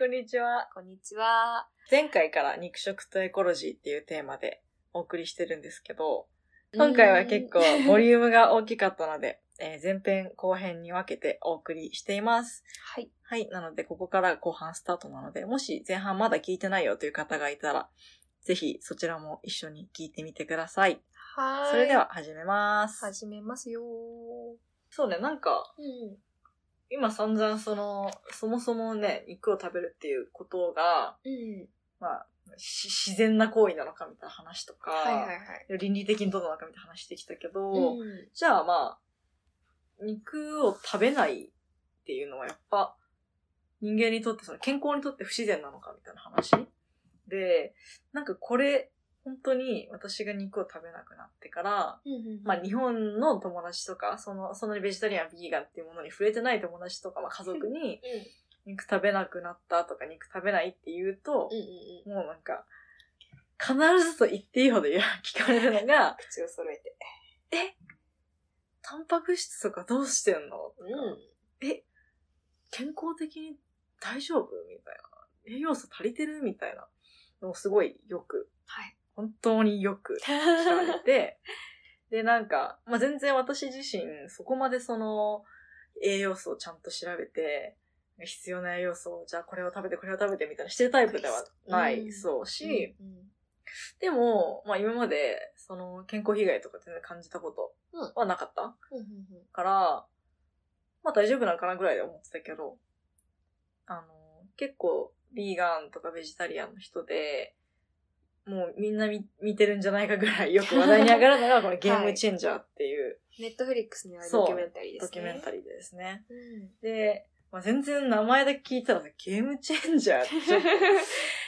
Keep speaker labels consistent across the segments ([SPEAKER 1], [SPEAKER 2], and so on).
[SPEAKER 1] こんにちは。
[SPEAKER 2] こんにちは。
[SPEAKER 1] 前回から肉食とエコロジーっていうテーマでお送りしてるんですけど、今回は結構ボ
[SPEAKER 2] リューム。
[SPEAKER 1] リュームが大きかったので、 えー前編後編に分けてお送りしています。
[SPEAKER 2] はい。
[SPEAKER 1] はい。なので、ここから後半スタートなので、もし前半まだ聞いてないよという方がいたら、ぜひそちらも一緒に聞いてみてください。
[SPEAKER 2] はーい。
[SPEAKER 1] それで。は始めます。
[SPEAKER 2] 始めますよー。う
[SPEAKER 1] そうね、なんか、
[SPEAKER 2] ん。
[SPEAKER 1] 今散々その、そもそもね、肉を食べるっていうことが、
[SPEAKER 2] うん。
[SPEAKER 1] まあ、し自然な行為なのかみたいな話とか、
[SPEAKER 2] はいはいはい。
[SPEAKER 1] 倫理的にどうなのかみたいな話してきたけど、
[SPEAKER 2] うん
[SPEAKER 1] じゃあまあ、肉を食べないっていうのはやっぱ、人間にとって、その健康にとって不自然なのかみたいな話で、なんかこれ、本当に私が肉を食べなくなってから、
[SPEAKER 2] うん。
[SPEAKER 1] まあ日本の友達とか、その、そんなにベジタリアン、ビーガンっていうものに触れてない友達とか、まあ家族に
[SPEAKER 2] うん。
[SPEAKER 1] 肉食べなくなったとか肉食べないって言うと
[SPEAKER 2] うん、うんうん。
[SPEAKER 1] もうなんか、必ずと言っていいほどいや 聞かれるのが、
[SPEAKER 2] 口を揃えて。
[SPEAKER 1] タンパク質とかどうしてんの
[SPEAKER 2] うん。
[SPEAKER 1] 健康的に大丈夫みたいな。栄養素足りてるみたいなのをすごいよく、
[SPEAKER 2] はい。
[SPEAKER 1] 本当によく聞かれ て、で、なんか、まあ、全然私自身、そこまでその、栄養素をちゃんと調べて、必要な栄養素を、じゃあこれを食べてこれを食べてみたいなしてるタイプではな
[SPEAKER 2] う
[SPEAKER 1] い
[SPEAKER 2] ん
[SPEAKER 1] そうし、
[SPEAKER 2] うん
[SPEAKER 1] でも、まあ今まで、その、健康被害とか全然感じたことはなかった
[SPEAKER 2] うんうん
[SPEAKER 1] から、まあ大丈夫なんかなぐらいで思ってたけど、あの、結構、ビーガンとかベジタリアンの人で、もうみんな見見てるんじゃないかぐらいよく話題に上がるのが、このゲームチェンジャーっていう
[SPEAKER 2] ネットフリックスにあるドキュメンタリーで
[SPEAKER 1] ド
[SPEAKER 2] す
[SPEAKER 1] キ
[SPEAKER 2] ね。
[SPEAKER 1] ュメンタ
[SPEAKER 2] リ
[SPEAKER 1] リーですね。
[SPEAKER 2] ー。
[SPEAKER 1] で、まあ全然名前だけ聞いたらさゲームチェンジャーってちょっと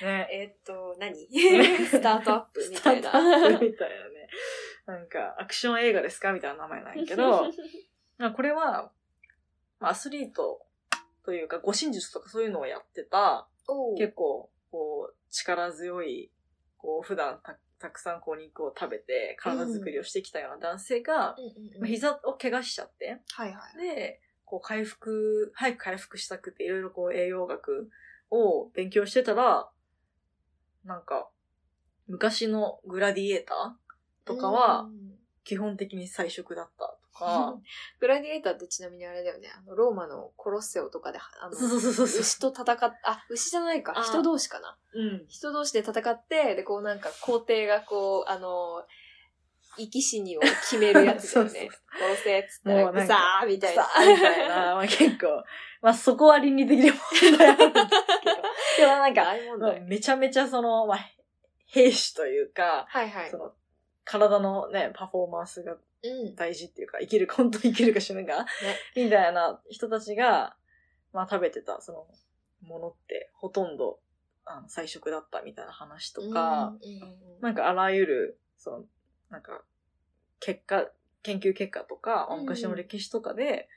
[SPEAKER 1] ね、
[SPEAKER 2] えーっと、 何
[SPEAKER 1] ね
[SPEAKER 2] スタートアップみ
[SPEAKER 1] スタ
[SPEAKER 2] たい
[SPEAKER 1] ー
[SPEAKER 2] な。
[SPEAKER 1] トアップみたいなね。なんか、アクション映画ですかみたいな名前なんやけど、 まあこれは、まあアスリートというか、護身術とかそういうのをやってた、
[SPEAKER 2] おう
[SPEAKER 1] 結構、こう、力強い、こう、普段たたくさんこう肉を食べて、体作りをしてきたような男性が、
[SPEAKER 2] うんうんうん
[SPEAKER 1] まあ膝を怪我しちゃって、
[SPEAKER 2] はいはい。
[SPEAKER 1] で、こう回復、早く回復したくて、いろいろこう栄養学を勉強してたら、なんか、昔のグラディエーターとか
[SPEAKER 2] う
[SPEAKER 1] は、
[SPEAKER 2] ん、
[SPEAKER 1] 基本的に菜食だったとか、
[SPEAKER 2] グラディエーターってちなみにあれだよね、あの、ローマのコロッセオとかで、あ の、
[SPEAKER 1] そうそうそうそうそう。
[SPEAKER 2] 牛と戦っ、あ、牛じゃないか
[SPEAKER 1] あ、
[SPEAKER 2] 人同士かな。
[SPEAKER 1] うん。
[SPEAKER 2] 人同士で戦って、で、こうなんか皇帝がこう、あの、生き死にを決めるやつだ よ
[SPEAKER 1] そう
[SPEAKER 2] ね
[SPEAKER 1] そ。
[SPEAKER 2] 殺せっつった
[SPEAKER 1] も
[SPEAKER 2] ら、
[SPEAKER 1] うなんか
[SPEAKER 2] うさーみ
[SPEAKER 1] み
[SPEAKER 2] たいな。
[SPEAKER 1] たいな、まあ結構、まあそこは倫理的で問題あるんですけど、でもなん
[SPEAKER 2] なんか、あ
[SPEAKER 1] か、
[SPEAKER 2] あいうもん
[SPEAKER 1] ま
[SPEAKER 2] だ
[SPEAKER 1] あ
[SPEAKER 2] よ。
[SPEAKER 1] めちゃめちゃその、まあ、兵士というか、
[SPEAKER 2] はいはい
[SPEAKER 1] そ。の、体のね、パフォーマンスが
[SPEAKER 2] うん。
[SPEAKER 1] 大事っていうか、生きるか、本当に生きるか死ぬか、みたいな人たちが、まあ食べてた、その、ものって、ほとんど、あの、菜食だったみたいな話とか、
[SPEAKER 2] うんうんうんうん、
[SPEAKER 1] なんかあらゆる、その、なんか、結果、研究結果とか、まあ
[SPEAKER 2] うん
[SPEAKER 1] 昔の歴史とかで、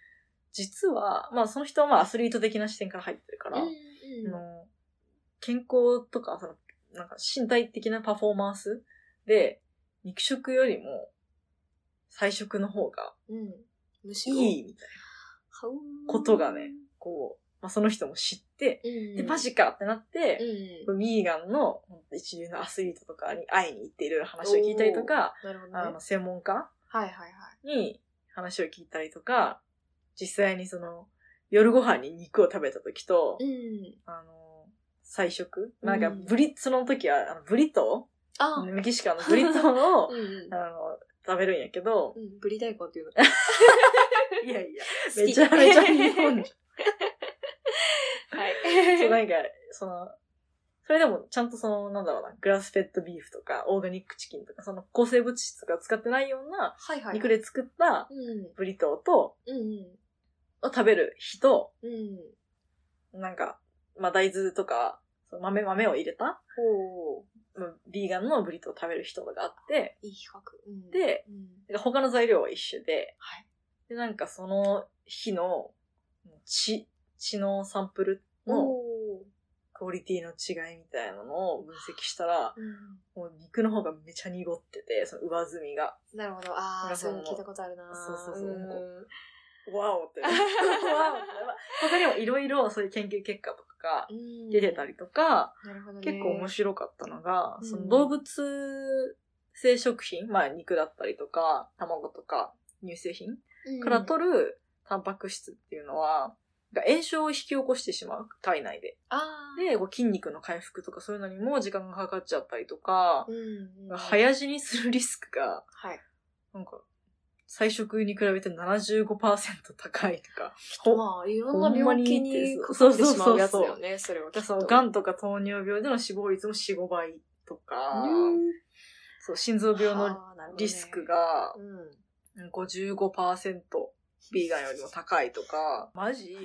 [SPEAKER 1] 実は、まあその人はまあアスリート的な視点から入ってるから、
[SPEAKER 2] う
[SPEAKER 1] あ
[SPEAKER 2] んうん
[SPEAKER 1] の健康とか、その、なんか身体的なパフォーマンスで、肉食よりも、菜食の方が
[SPEAKER 2] うん。むしろ、
[SPEAKER 1] いいみたいな
[SPEAKER 2] はう
[SPEAKER 1] ことがね、こう、まあ、その人も知って、
[SPEAKER 2] うん。
[SPEAKER 1] で、マジかってなって、
[SPEAKER 2] うん。
[SPEAKER 1] ミーガンのほんと一流のアスリートとかに会いに行っていろいろ話を聞いたりとか、
[SPEAKER 2] なるほどね。
[SPEAKER 1] あ
[SPEAKER 2] はい
[SPEAKER 1] の、専門家
[SPEAKER 2] はいはい。
[SPEAKER 1] に話を聞いたりとか、実際にその、夜ご飯に肉を食べた時と、
[SPEAKER 2] うん。
[SPEAKER 1] あの、菜食
[SPEAKER 2] うん
[SPEAKER 1] なんか、ブリ、その時は、あのブリト
[SPEAKER 2] あ、
[SPEAKER 1] ーメキシカンのブリトーを、
[SPEAKER 2] うんうん
[SPEAKER 1] あの、食べるんやけど
[SPEAKER 2] う、ん、ブリ大根っていうの。
[SPEAKER 1] いやいや、
[SPEAKER 2] 好き
[SPEAKER 1] めちゃめちゃ日本 人。
[SPEAKER 2] はい。
[SPEAKER 1] そう、なんか、その、それでもちゃんとその、なんだろうな、グラスフェッドビーフとか、オーガニックチキンとか、その抗生物質とか使ってないような
[SPEAKER 2] はいはい。
[SPEAKER 1] 肉で作った
[SPEAKER 2] うん。うん
[SPEAKER 1] ブリトーと、
[SPEAKER 2] う
[SPEAKER 1] を食べる人、
[SPEAKER 2] ん。うん。
[SPEAKER 1] なんか、まあ、大豆とか、その豆、豆を入れた、
[SPEAKER 2] おー
[SPEAKER 1] まあビーガンのブリトーを食べる人があって、
[SPEAKER 2] いい比較。うん、
[SPEAKER 1] で、
[SPEAKER 2] うん、
[SPEAKER 1] で他の材料は一緒で、
[SPEAKER 2] はい
[SPEAKER 1] で、なんかその日の血、血のサンプルの
[SPEAKER 2] おー
[SPEAKER 1] クオリティの違いみたいなのを分析したら、
[SPEAKER 2] うん。
[SPEAKER 1] もう肉の方がめちゃ濁ってて、その上澄みが。
[SPEAKER 2] なるほど。
[SPEAKER 1] なん
[SPEAKER 2] あ
[SPEAKER 1] か
[SPEAKER 2] あ、そうい
[SPEAKER 1] そ
[SPEAKER 2] うの
[SPEAKER 1] の
[SPEAKER 2] 聞いたことあるな。
[SPEAKER 1] そうそうそう
[SPEAKER 2] うん
[SPEAKER 1] わおって。 わおって。まあ他にもいろいろそういう研究結果とかが出てた
[SPEAKER 2] り。
[SPEAKER 1] りとか、
[SPEAKER 2] なるほどね。
[SPEAKER 1] 結構面白かったのが、
[SPEAKER 2] うん
[SPEAKER 1] その動物性食品、まあ肉だったりとか、卵とか乳製品
[SPEAKER 2] い
[SPEAKER 1] から取るタンパク質っていうのは、が炎症を引き起こしてしまう、体内で。
[SPEAKER 2] あー
[SPEAKER 1] で、こう筋肉の回復とかそういうのにも時間がかかっちゃったりとか、
[SPEAKER 2] うんうん。
[SPEAKER 1] 早死にするリスクが、
[SPEAKER 2] はい。
[SPEAKER 1] なんか、最食に比べて75%高いとか、
[SPEAKER 2] まあ、いろんな病気にかか
[SPEAKER 1] ほんまに
[SPEAKER 2] ってしまうやつだよね、それはきっと。
[SPEAKER 1] その、癌とか糖尿病での死亡率も4、5倍とか、
[SPEAKER 2] うん
[SPEAKER 1] そう、心臓病の
[SPEAKER 2] はあなるほどね
[SPEAKER 1] リスクが
[SPEAKER 2] うん。
[SPEAKER 1] 55%ビーガンよりも高いとか、マジ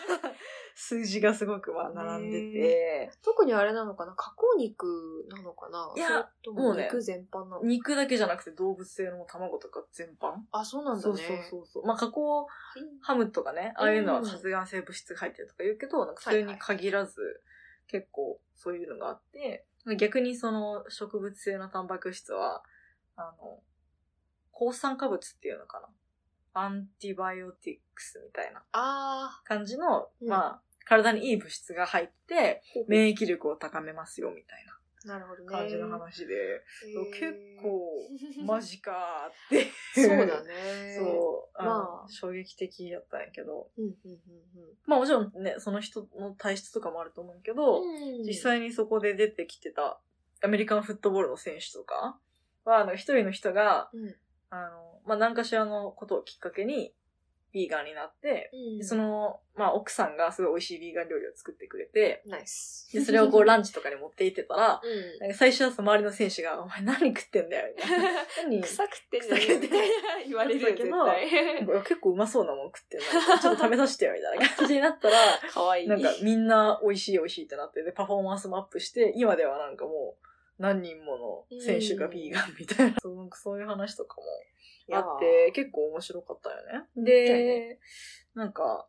[SPEAKER 1] 数字がすごくまあ並んでて、
[SPEAKER 2] 特にあれなのかな加工肉なのかない
[SPEAKER 1] や
[SPEAKER 2] それと
[SPEAKER 1] も
[SPEAKER 2] も
[SPEAKER 1] うね
[SPEAKER 2] 肉全般なの、
[SPEAKER 1] 肉だけじゃなくて動物性の卵とか全般
[SPEAKER 2] あ、そうなんだ
[SPEAKER 1] そ
[SPEAKER 2] ね。
[SPEAKER 1] うそうそうそう。まあ加工
[SPEAKER 2] はい
[SPEAKER 1] ハムとかね、ああいうの
[SPEAKER 2] う
[SPEAKER 1] は
[SPEAKER 2] ん
[SPEAKER 1] 発がん性物質が入ってるとか言うけど、なんかそれに限らず、結構そういうのがあって、逆にその植物性のタンパク質は、あの、抗酸化物っていうのかな。アンティバイオティクスみたいな
[SPEAKER 2] あ
[SPEAKER 1] 感じの、
[SPEAKER 2] うん
[SPEAKER 1] まあ、体にいい物質が入って、
[SPEAKER 2] ー。
[SPEAKER 1] 免疫力を高めますよ、みたい
[SPEAKER 2] なるほどね。
[SPEAKER 1] な感じの話で、
[SPEAKER 2] へー
[SPEAKER 1] 結 構、マ。ジかーって。
[SPEAKER 2] そうだね。
[SPEAKER 1] そう、あの
[SPEAKER 2] まあ
[SPEAKER 1] 衝撃的だったんやけど、
[SPEAKER 2] うん。うんうんうん
[SPEAKER 1] まあもちろんね、その人の体質とかもあると思うけど、
[SPEAKER 2] うん
[SPEAKER 1] 実際にそこで出てきてたアメリカンフットボールの選手とかは、あの、一人の人が、
[SPEAKER 2] うん
[SPEAKER 1] あの、まあ何かしらのことをきっかけに、ビーガンになって、
[SPEAKER 2] うん
[SPEAKER 1] でその、まあ奥さんがすごい美味しいビーガン料理を作ってくれて、
[SPEAKER 2] ナイス。
[SPEAKER 1] で、それをこうランチとかに持って行ってたら、
[SPEAKER 2] う
[SPEAKER 1] なんか最初はその周りの選手が、お前何食ってんだよ、みたいな。 何
[SPEAKER 2] ん。臭くて
[SPEAKER 1] 臭くて
[SPEAKER 2] みたいな言われるよ、絶
[SPEAKER 1] なん
[SPEAKER 2] 対。
[SPEAKER 1] か結構うまそうなもん食ってん な。ちょっと食べさせてよ、みたいな感じになったら、
[SPEAKER 2] かわいい。
[SPEAKER 1] なんかみんな美味しい美味しいってなって、で、パフォーマンスもアップして、今ではなんかもう何人もの選手がビーガンみたいな、そうなんかそういう話とかもあって、結構面白かったよね。
[SPEAKER 2] だよ
[SPEAKER 1] で、なんか、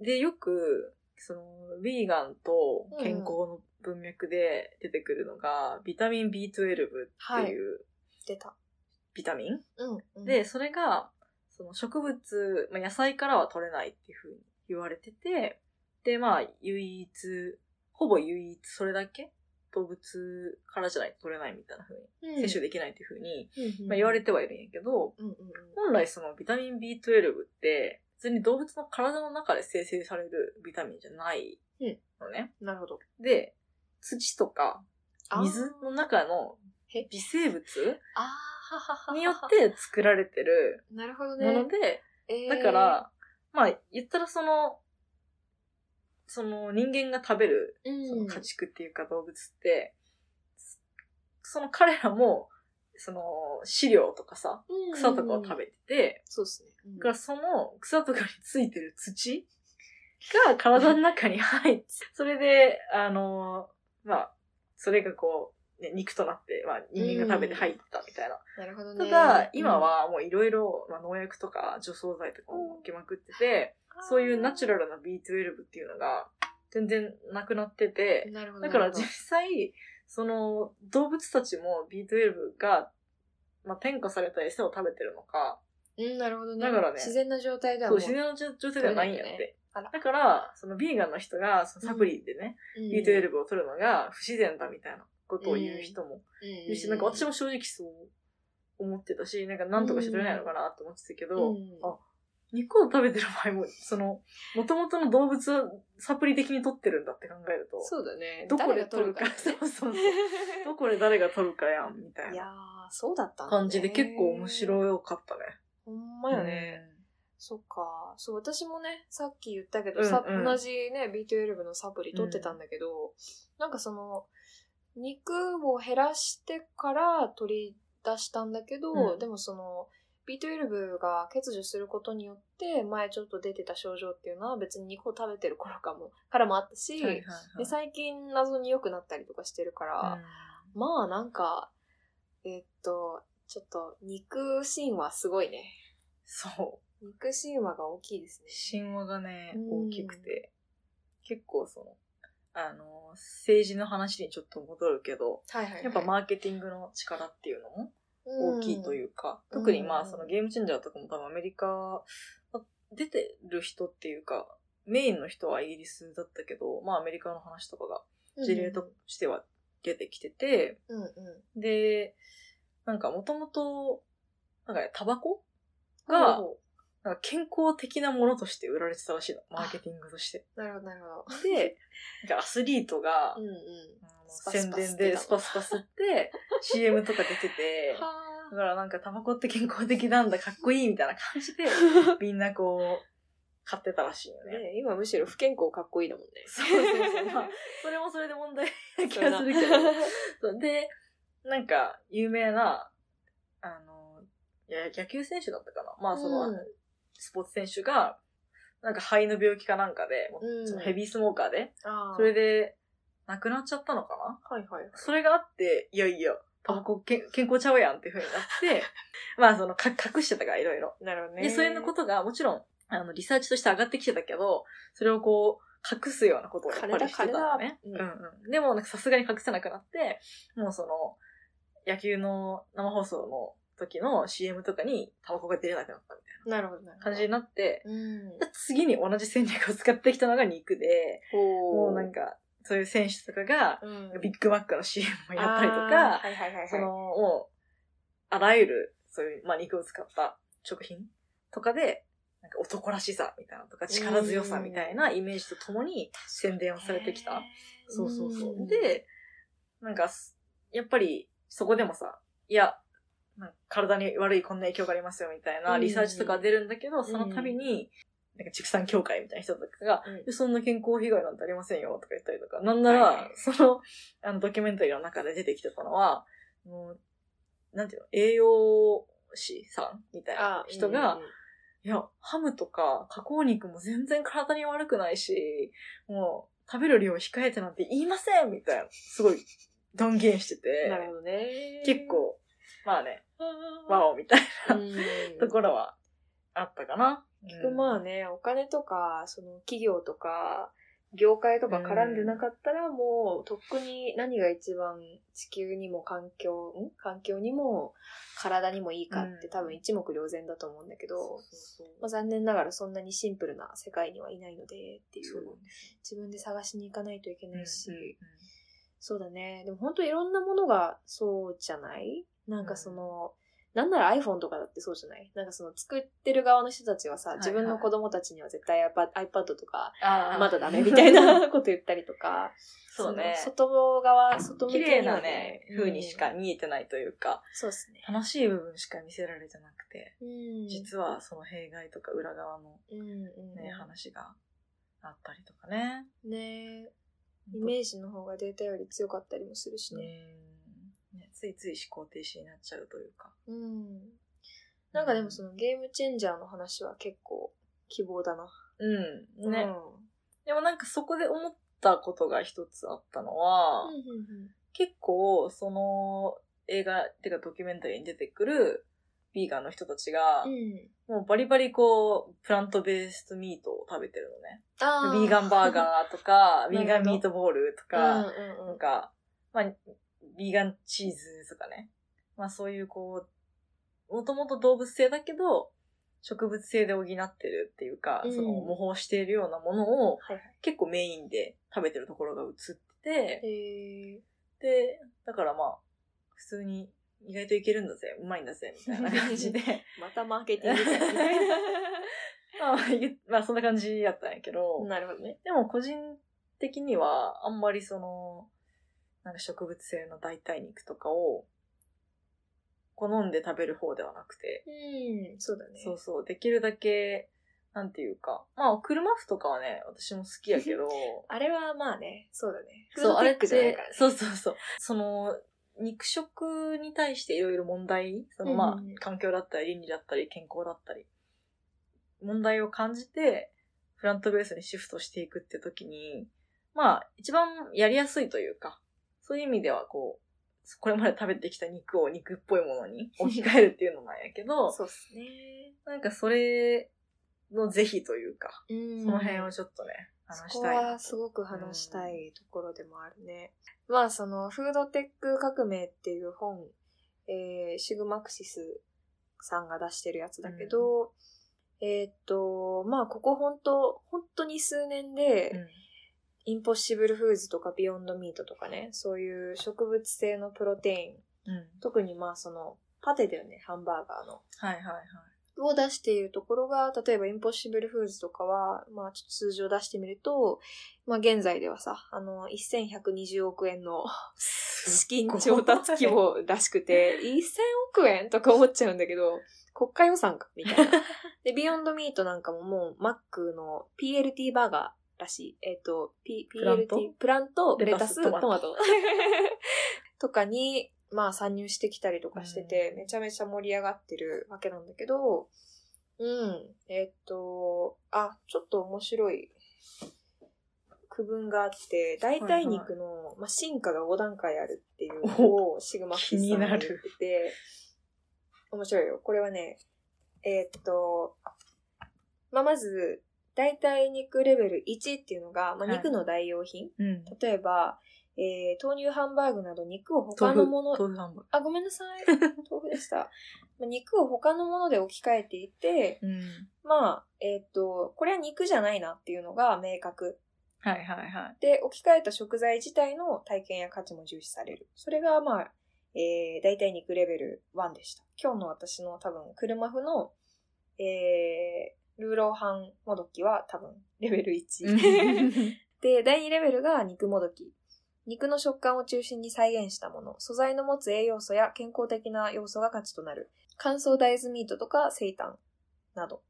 [SPEAKER 1] で、よく、その、ビーガンと健康の文脈で出てくるのが、ビタミン B12 っていう
[SPEAKER 2] 出た。
[SPEAKER 1] ビタミン、
[SPEAKER 2] うんうん。
[SPEAKER 1] で、それが、その植物、まあ、野菜からは取れないっていうふうに言われてて、で、まあ、唯一、ほぼ唯一、それだけ動物からじゃないと取れないみたいなふう
[SPEAKER 2] うん、
[SPEAKER 1] に、摂取できないっていうふうに、
[SPEAKER 2] うんうん
[SPEAKER 1] まあ、言われてはいるんやけど、
[SPEAKER 2] うんうんうん。
[SPEAKER 1] 本来そのビタミン B12 って、普通に動物の体の中で生成されるビタミンじゃないのね。
[SPEAKER 2] なるほど。
[SPEAKER 1] で、土とか
[SPEAKER 2] あー
[SPEAKER 1] 水の中の
[SPEAKER 2] へ
[SPEAKER 1] 微生物
[SPEAKER 2] あーはははは
[SPEAKER 1] によっ。て作られてる
[SPEAKER 2] なるほどね。
[SPEAKER 1] もので、
[SPEAKER 2] えー
[SPEAKER 1] だか、ら、まあ、言ったらその、その人間が食べる、
[SPEAKER 2] うん
[SPEAKER 1] その家畜っていうか動物って、その彼らも、その飼料とかさ、草とかを食
[SPEAKER 2] る。
[SPEAKER 1] べてて、
[SPEAKER 2] そうですね。うん
[SPEAKER 1] だからその草とかについてる土が体の中に入って、それで、あの、まあ、それがこう、ね、肉となって、まあ、人間が食べて入ったみたいな
[SPEAKER 2] なるほど
[SPEAKER 1] た
[SPEAKER 2] ね。
[SPEAKER 1] だ、今はもういろいろまあ農薬とか除草剤とかも受けまくってて、
[SPEAKER 2] うん、
[SPEAKER 1] そういうナチュ
[SPEAKER 2] ル。
[SPEAKER 1] ラルな B12 っていうのが全然なくなってて、
[SPEAKER 2] なるほど。
[SPEAKER 1] だから
[SPEAKER 2] なるほ
[SPEAKER 1] 実際、その動物たちも B12 が、まあ、添加された餌を食べてるのか、
[SPEAKER 2] どうん、なるほどね。
[SPEAKER 1] だからね
[SPEAKER 2] 自然な状態では
[SPEAKER 1] そう
[SPEAKER 2] もう。
[SPEAKER 1] 自然の状態ではないんやっ
[SPEAKER 2] 取れないよ
[SPEAKER 1] て。
[SPEAKER 2] あら
[SPEAKER 1] だから、そのビーガンの人がそのサプリでね、
[SPEAKER 2] うん
[SPEAKER 1] B12 を取るのが不自然だみたいなことを言う人もいるし、なんか私
[SPEAKER 2] も、
[SPEAKER 1] も正直そう思ってたし、なんかなんとかして取れないのかなと思ってたけど、
[SPEAKER 2] うん
[SPEAKER 1] あ肉を食べてる場合も、その、もともとの動物はサプリ的に取ってるんだって考えると、
[SPEAKER 2] そうだね。
[SPEAKER 1] どこで取るか、
[SPEAKER 2] 誰が
[SPEAKER 1] そう そうそ
[SPEAKER 2] 取
[SPEAKER 1] う
[SPEAKER 2] ね
[SPEAKER 1] どこで誰が取るかやん、みたい
[SPEAKER 2] いや
[SPEAKER 1] な
[SPEAKER 2] ー、そうだったんだね
[SPEAKER 1] 感じで結構面白かったね。
[SPEAKER 2] ほんまよね。そっか。そう、私もね、さっき言ったけど、さ
[SPEAKER 1] うんうん
[SPEAKER 2] 同じね、B12 のサプリ取ってたんだけど、なんかその、肉を減らしてから取り出したんだけど、
[SPEAKER 1] うん
[SPEAKER 2] でもその、B12 が欠如することによって、前ちょっと出てた症状っていうのは別に肉を食べてる頃かも、からもあったし、
[SPEAKER 1] うん。はいはい
[SPEAKER 2] で、最近謎に良くなったりとかしてるから、
[SPEAKER 1] はい
[SPEAKER 2] まあなんか、えーっと、ちょっと肉神話すごいね。
[SPEAKER 1] そ
[SPEAKER 2] 肉神話が大きいです
[SPEAKER 1] う。
[SPEAKER 2] ね。
[SPEAKER 1] 神話がね、
[SPEAKER 2] うん
[SPEAKER 1] 大きくて、結構その、あの、政治の話にちょっと戻るけど、
[SPEAKER 2] はいはいはい、
[SPEAKER 1] やっぱマーケティングの力っていうのも
[SPEAKER 2] うん
[SPEAKER 1] 大きいというか、
[SPEAKER 2] うん
[SPEAKER 1] 特にま
[SPEAKER 2] う
[SPEAKER 1] あ
[SPEAKER 2] ん
[SPEAKER 1] そのゲームチェンジャーとかも多分アメリカ出てる人っていうか、メインの人はイギリスだったけど、まあアメリカの話とかが事例としては出てきてて、
[SPEAKER 2] うんうん。
[SPEAKER 1] で、なんかもともと、なんかねタバコ
[SPEAKER 2] が
[SPEAKER 1] が、、なんか健康的なものとして売られてたらしいの。マーケティングとして。
[SPEAKER 2] なるほど、なるほど。
[SPEAKER 1] で、なんかアスリートが、
[SPEAKER 2] うんうん。
[SPEAKER 1] あの
[SPEAKER 2] スパス
[SPEAKER 1] 宣
[SPEAKER 2] パ吸ってたの
[SPEAKER 1] 伝でスパスパ吸 って、CM とか出てて、
[SPEAKER 2] は
[SPEAKER 1] だからなんかタバコって健康的なんだ、かっこいいみたいな感 じで、
[SPEAKER 2] あ。
[SPEAKER 1] みんなこう、買ってたらしいよね。
[SPEAKER 2] ね今むしろ不健康かっこいいだもんね。
[SPEAKER 1] そうそうそう。 まあ、それもそれで問題な気がするけど。そうで、なんか、有名な、あの、いや野球選手だったか な。まあ、その、
[SPEAKER 2] うん
[SPEAKER 1] スポーツ選手が、なんか肺の病気かなんかで、もう
[SPEAKER 2] うん
[SPEAKER 1] そのヘビースモーカーで、
[SPEAKER 2] あ
[SPEAKER 1] それ
[SPEAKER 2] で、
[SPEAKER 1] で、亡くなっちゃったのかな
[SPEAKER 2] はいはい。
[SPEAKER 1] それがあって、いやいや、タバコけん健康ちゃうやんっていう風にな って、まあ、その、か隠してたから、いろいろ。
[SPEAKER 2] なるほどね。
[SPEAKER 1] で、そういうのことがもちろん、あの、リサーチとして上がってきてたけど、それをこう、隠すようなことをやっぱりしてたのね。う
[SPEAKER 2] 金
[SPEAKER 1] ん
[SPEAKER 2] だ
[SPEAKER 1] う
[SPEAKER 2] 金
[SPEAKER 1] ん。でも、なんかさすがに隠せなくなって、もうその、野球の生放送の時の CM とかにタバコが出れなくなったみたい
[SPEAKER 2] なるほど、な
[SPEAKER 1] な
[SPEAKER 2] るほど。
[SPEAKER 1] 感じになって、
[SPEAKER 2] うん。
[SPEAKER 1] で次に同じ戦略を使ってきたのが肉で、
[SPEAKER 2] こ
[SPEAKER 1] もうなん、か、そういう選手とかが、
[SPEAKER 2] うん
[SPEAKER 1] ビッグマックの CM をやったりとか
[SPEAKER 2] あー、はいはいはいはい。
[SPEAKER 1] その、もう、あらゆる、そういう、まあ、肉を使った食品とかで、なんか男らしさみたいなとか、力強さみたいなイメージとともに宣伝をされてき
[SPEAKER 2] へー
[SPEAKER 1] た。そうそうそうう。
[SPEAKER 2] ん
[SPEAKER 1] で、なんかす、やっぱり、そこでもさ、いや、なんか体に悪いこんな影響がありますよみたいな
[SPEAKER 2] うん
[SPEAKER 1] リサーチとか出るんだけど、その度に、なんか畜産協会みたいな人とかが、
[SPEAKER 2] うん
[SPEAKER 1] でそんな健康被害なんてありませんよとか言ったりとか、なんなら、
[SPEAKER 2] はいはい
[SPEAKER 1] その、 あの、ドキュメンタリーの中で出てきてたのは、もう、なんていうの、栄養士さんみたいな
[SPEAKER 2] あ
[SPEAKER 1] 人が、、いや、ハムとか加工肉も全然体に悪くないし、もう、食べる量控えてなんて言いませんみたいな、すごい断言して
[SPEAKER 2] うんうんなる
[SPEAKER 1] て、
[SPEAKER 2] ほどね。
[SPEAKER 1] 結、構、まあね、
[SPEAKER 2] わ
[SPEAKER 1] ワオみたい
[SPEAKER 2] お。
[SPEAKER 1] なところはあったかな。うん
[SPEAKER 2] まあね、お金とか、その企業とか、業界とか絡んでなかったら、もう、とっくに何が一番地球にも環境、ん環境にも体にもいいかっ
[SPEAKER 1] う
[SPEAKER 2] て
[SPEAKER 1] ん
[SPEAKER 2] 多分一目瞭然だと思うんだけど、
[SPEAKER 1] そうそう
[SPEAKER 2] まあ、残念ながらそんなにシンプルな世界にはいないのでってい
[SPEAKER 1] そう
[SPEAKER 2] う自分で探しに行かないといけないし、
[SPEAKER 1] うんうんうん
[SPEAKER 2] そうだねでも本当いろんなものがそうじゃないなんかその、なんなら iPhone とかだってそうじゃないなんかその作ってる側の人たちは
[SPEAKER 1] い
[SPEAKER 2] さ、
[SPEAKER 1] はい
[SPEAKER 2] 自分の子供たちには絶対 iPad, iPad とか
[SPEAKER 1] あー
[SPEAKER 2] まだダメみた い。なこと言ったりとか
[SPEAKER 1] そうね。
[SPEAKER 2] その外側外向
[SPEAKER 1] 綺
[SPEAKER 2] け
[SPEAKER 1] 麗
[SPEAKER 2] には
[SPEAKER 1] なね、風にしか
[SPEAKER 2] うん
[SPEAKER 1] 見えてないというか、
[SPEAKER 2] そうですね、
[SPEAKER 1] 楽しい部分しか見せられてなくて、
[SPEAKER 2] うん、
[SPEAKER 1] 実はその弊害とか裏側の
[SPEAKER 2] うんうん
[SPEAKER 1] ね、話があったりとかね。
[SPEAKER 2] ねイメージの方がデータより強かったりもするしね、
[SPEAKER 1] うんねついつい思考停止になっちゃうというか。
[SPEAKER 2] うん。なんかでもそのゲームチェンジャーの話は結構希望だな。
[SPEAKER 1] うん。ね。でもなんかそこで思ったことが一つあったのは、
[SPEAKER 2] う
[SPEAKER 1] 結構その映画っていうかドキュメンタリーに出てくるビーガンの人たちが、
[SPEAKER 2] ん。うん。
[SPEAKER 1] もうバリバリこう、プラントベーストミートを食べてるのね。
[SPEAKER 2] あ
[SPEAKER 1] ビーガンバーガーと か、
[SPEAKER 2] なる
[SPEAKER 1] ビ
[SPEAKER 2] ほど
[SPEAKER 1] ーガンミートボールとか、
[SPEAKER 2] うんうんう
[SPEAKER 1] なん
[SPEAKER 2] ん。
[SPEAKER 1] か、まあ、ビーガンチーズとかね。まあそういうこう、もともと動物性だけど、植物性で補ってるっていうか、
[SPEAKER 2] うん
[SPEAKER 1] その模倣しているようなものを
[SPEAKER 2] はいは
[SPEAKER 1] 結構メインで食べてるところが映って
[SPEAKER 2] い。へえ。
[SPEAKER 1] て、で、だからまあ、普通に意外といけるんだぜ、うまいんだぜ、みたいな感 じで。
[SPEAKER 2] またマーケティン グだみたい
[SPEAKER 1] まあ、まあそんな感じやったんやけど、
[SPEAKER 2] な。なるほどね。
[SPEAKER 1] でも個人的にはあんまりその、なんか植物性の代替肉とかを好んで食べる方ではなくて、
[SPEAKER 2] うん。そうだね。
[SPEAKER 1] そうそう、できるだけ、なんていうか、まあ、車麩とかはね、私も好きやけど、
[SPEAKER 2] あれはまあね、そうだね。
[SPEAKER 1] そう、あれっ
[SPEAKER 2] フードテックじゃない
[SPEAKER 1] て
[SPEAKER 2] から、ね
[SPEAKER 1] そうそうそう、その、肉食に対していろいろ問題、そのま
[SPEAKER 2] うんうん
[SPEAKER 1] あ、環境だったり、倫理だったり、健康だったり、問題を感じて、プラントベースにシフトしていくって時に、まあ、一番やりやすいというか、そういう意味ではこう、これまで食べてきた肉を肉っぽいもの に置き換えるっていうのなんやけど、
[SPEAKER 2] そうっすね。
[SPEAKER 1] なんかそれの是非というか、
[SPEAKER 2] うん
[SPEAKER 1] その辺をちょっとね、話
[SPEAKER 2] そ
[SPEAKER 1] し
[SPEAKER 2] こ
[SPEAKER 1] たいな
[SPEAKER 2] はすごく話したいところでもあるね。まあそのフードテック革命っていう本、えーシグマクシスさんが出してるやつだけど、えーっと、まあ、ここ本当本当に数年で、
[SPEAKER 1] うん
[SPEAKER 2] インポッシブルフーズとかビヨンドミートとかね、そういう植物性のプロテイン、
[SPEAKER 1] うん。
[SPEAKER 2] 特にまあその、パテだよね、ハンバーガーの。
[SPEAKER 1] はいはいはい。
[SPEAKER 2] を出しているところが、例えばインポッシブルフーズとかは、まあちょっと数字を出してみると、まあ現在ではさ、あの、1120億円の資金調達規模らしくて、1000億円とか思っちゃうんだけど、国家予算か、みた いな。で、ビヨンドミートなんかももう、マックの PLT バーガーらしい。えっ、と、P、
[SPEAKER 1] プラン
[SPEAKER 2] PLT
[SPEAKER 1] ト、
[SPEAKER 2] プラント、
[SPEAKER 1] レ
[SPEAKER 2] レ
[SPEAKER 1] タ
[SPEAKER 2] タ
[SPEAKER 1] ス
[SPEAKER 2] ス、トマト。
[SPEAKER 1] トマ
[SPEAKER 2] とかに、まあ参入してきたりとかしてて、
[SPEAKER 1] うん
[SPEAKER 2] めちゃめちゃ盛り上がってるわけなんだけど、うん、えっ、と、あ、ちょっと面白い区分があって、代替肉の、まあ、進化が5段階あるっていうのをシグマフィスさんが言って
[SPEAKER 1] 気に
[SPEAKER 2] て、面白いよ。これはね、えーっと、まあ、まず、代替肉レベル1っていうのが、まあ、
[SPEAKER 1] はい
[SPEAKER 2] 肉の代用品。
[SPEAKER 1] うん。
[SPEAKER 2] 例えば、えー、豆乳ハンバーグなど肉を他のもの、
[SPEAKER 1] 豆腐ハンバー
[SPEAKER 2] あ、ごめんなさい。豆腐でした。まあ肉を他のもので置き換えていて、
[SPEAKER 1] グ。うん。
[SPEAKER 2] まあ、えーっと、これは肉じゃないなっていうのが明確。
[SPEAKER 1] はいはいはい。
[SPEAKER 2] で、置き換えた食材自体の体験や価値も重視される。それが、まあ、えー、大体肉レベル1でした。今日の私の多分、車風の、えー、ルーローハンもどきは多分、レベル1。で、第2レベルが肉もどき。肉の食感を中心に再現したもの。素材の持つ栄養素や健康的な要素が価値となる。乾燥大豆ミートとか生炭など。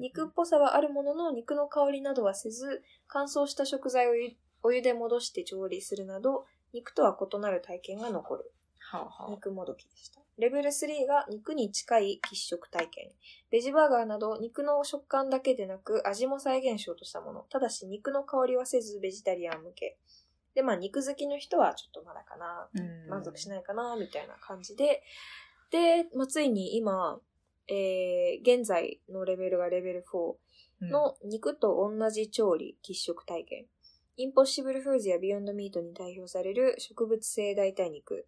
[SPEAKER 2] 肉っぽさはあるものの肉の香りなどはせず乾燥した食材をゆお湯で戻して調理するなど肉とは異なる体験が残る
[SPEAKER 1] はあはあ。
[SPEAKER 2] 肉もどきでしたレベル3が肉に近い喫食体験ベジバーガーなど肉の食感だけでなく味も再現しようとしたものただし肉の香りはせずベジタリアン向けでまあ肉好きの人はちょっとまだかな
[SPEAKER 1] うん
[SPEAKER 2] 満足しないかなみたいな感じでで、まあ、ついに今、えー、現在のレベルがレベル4の肉と同じ調理、喫食体験。インポッシブルフーズやビヨンドミートに代表される植物性代替肉。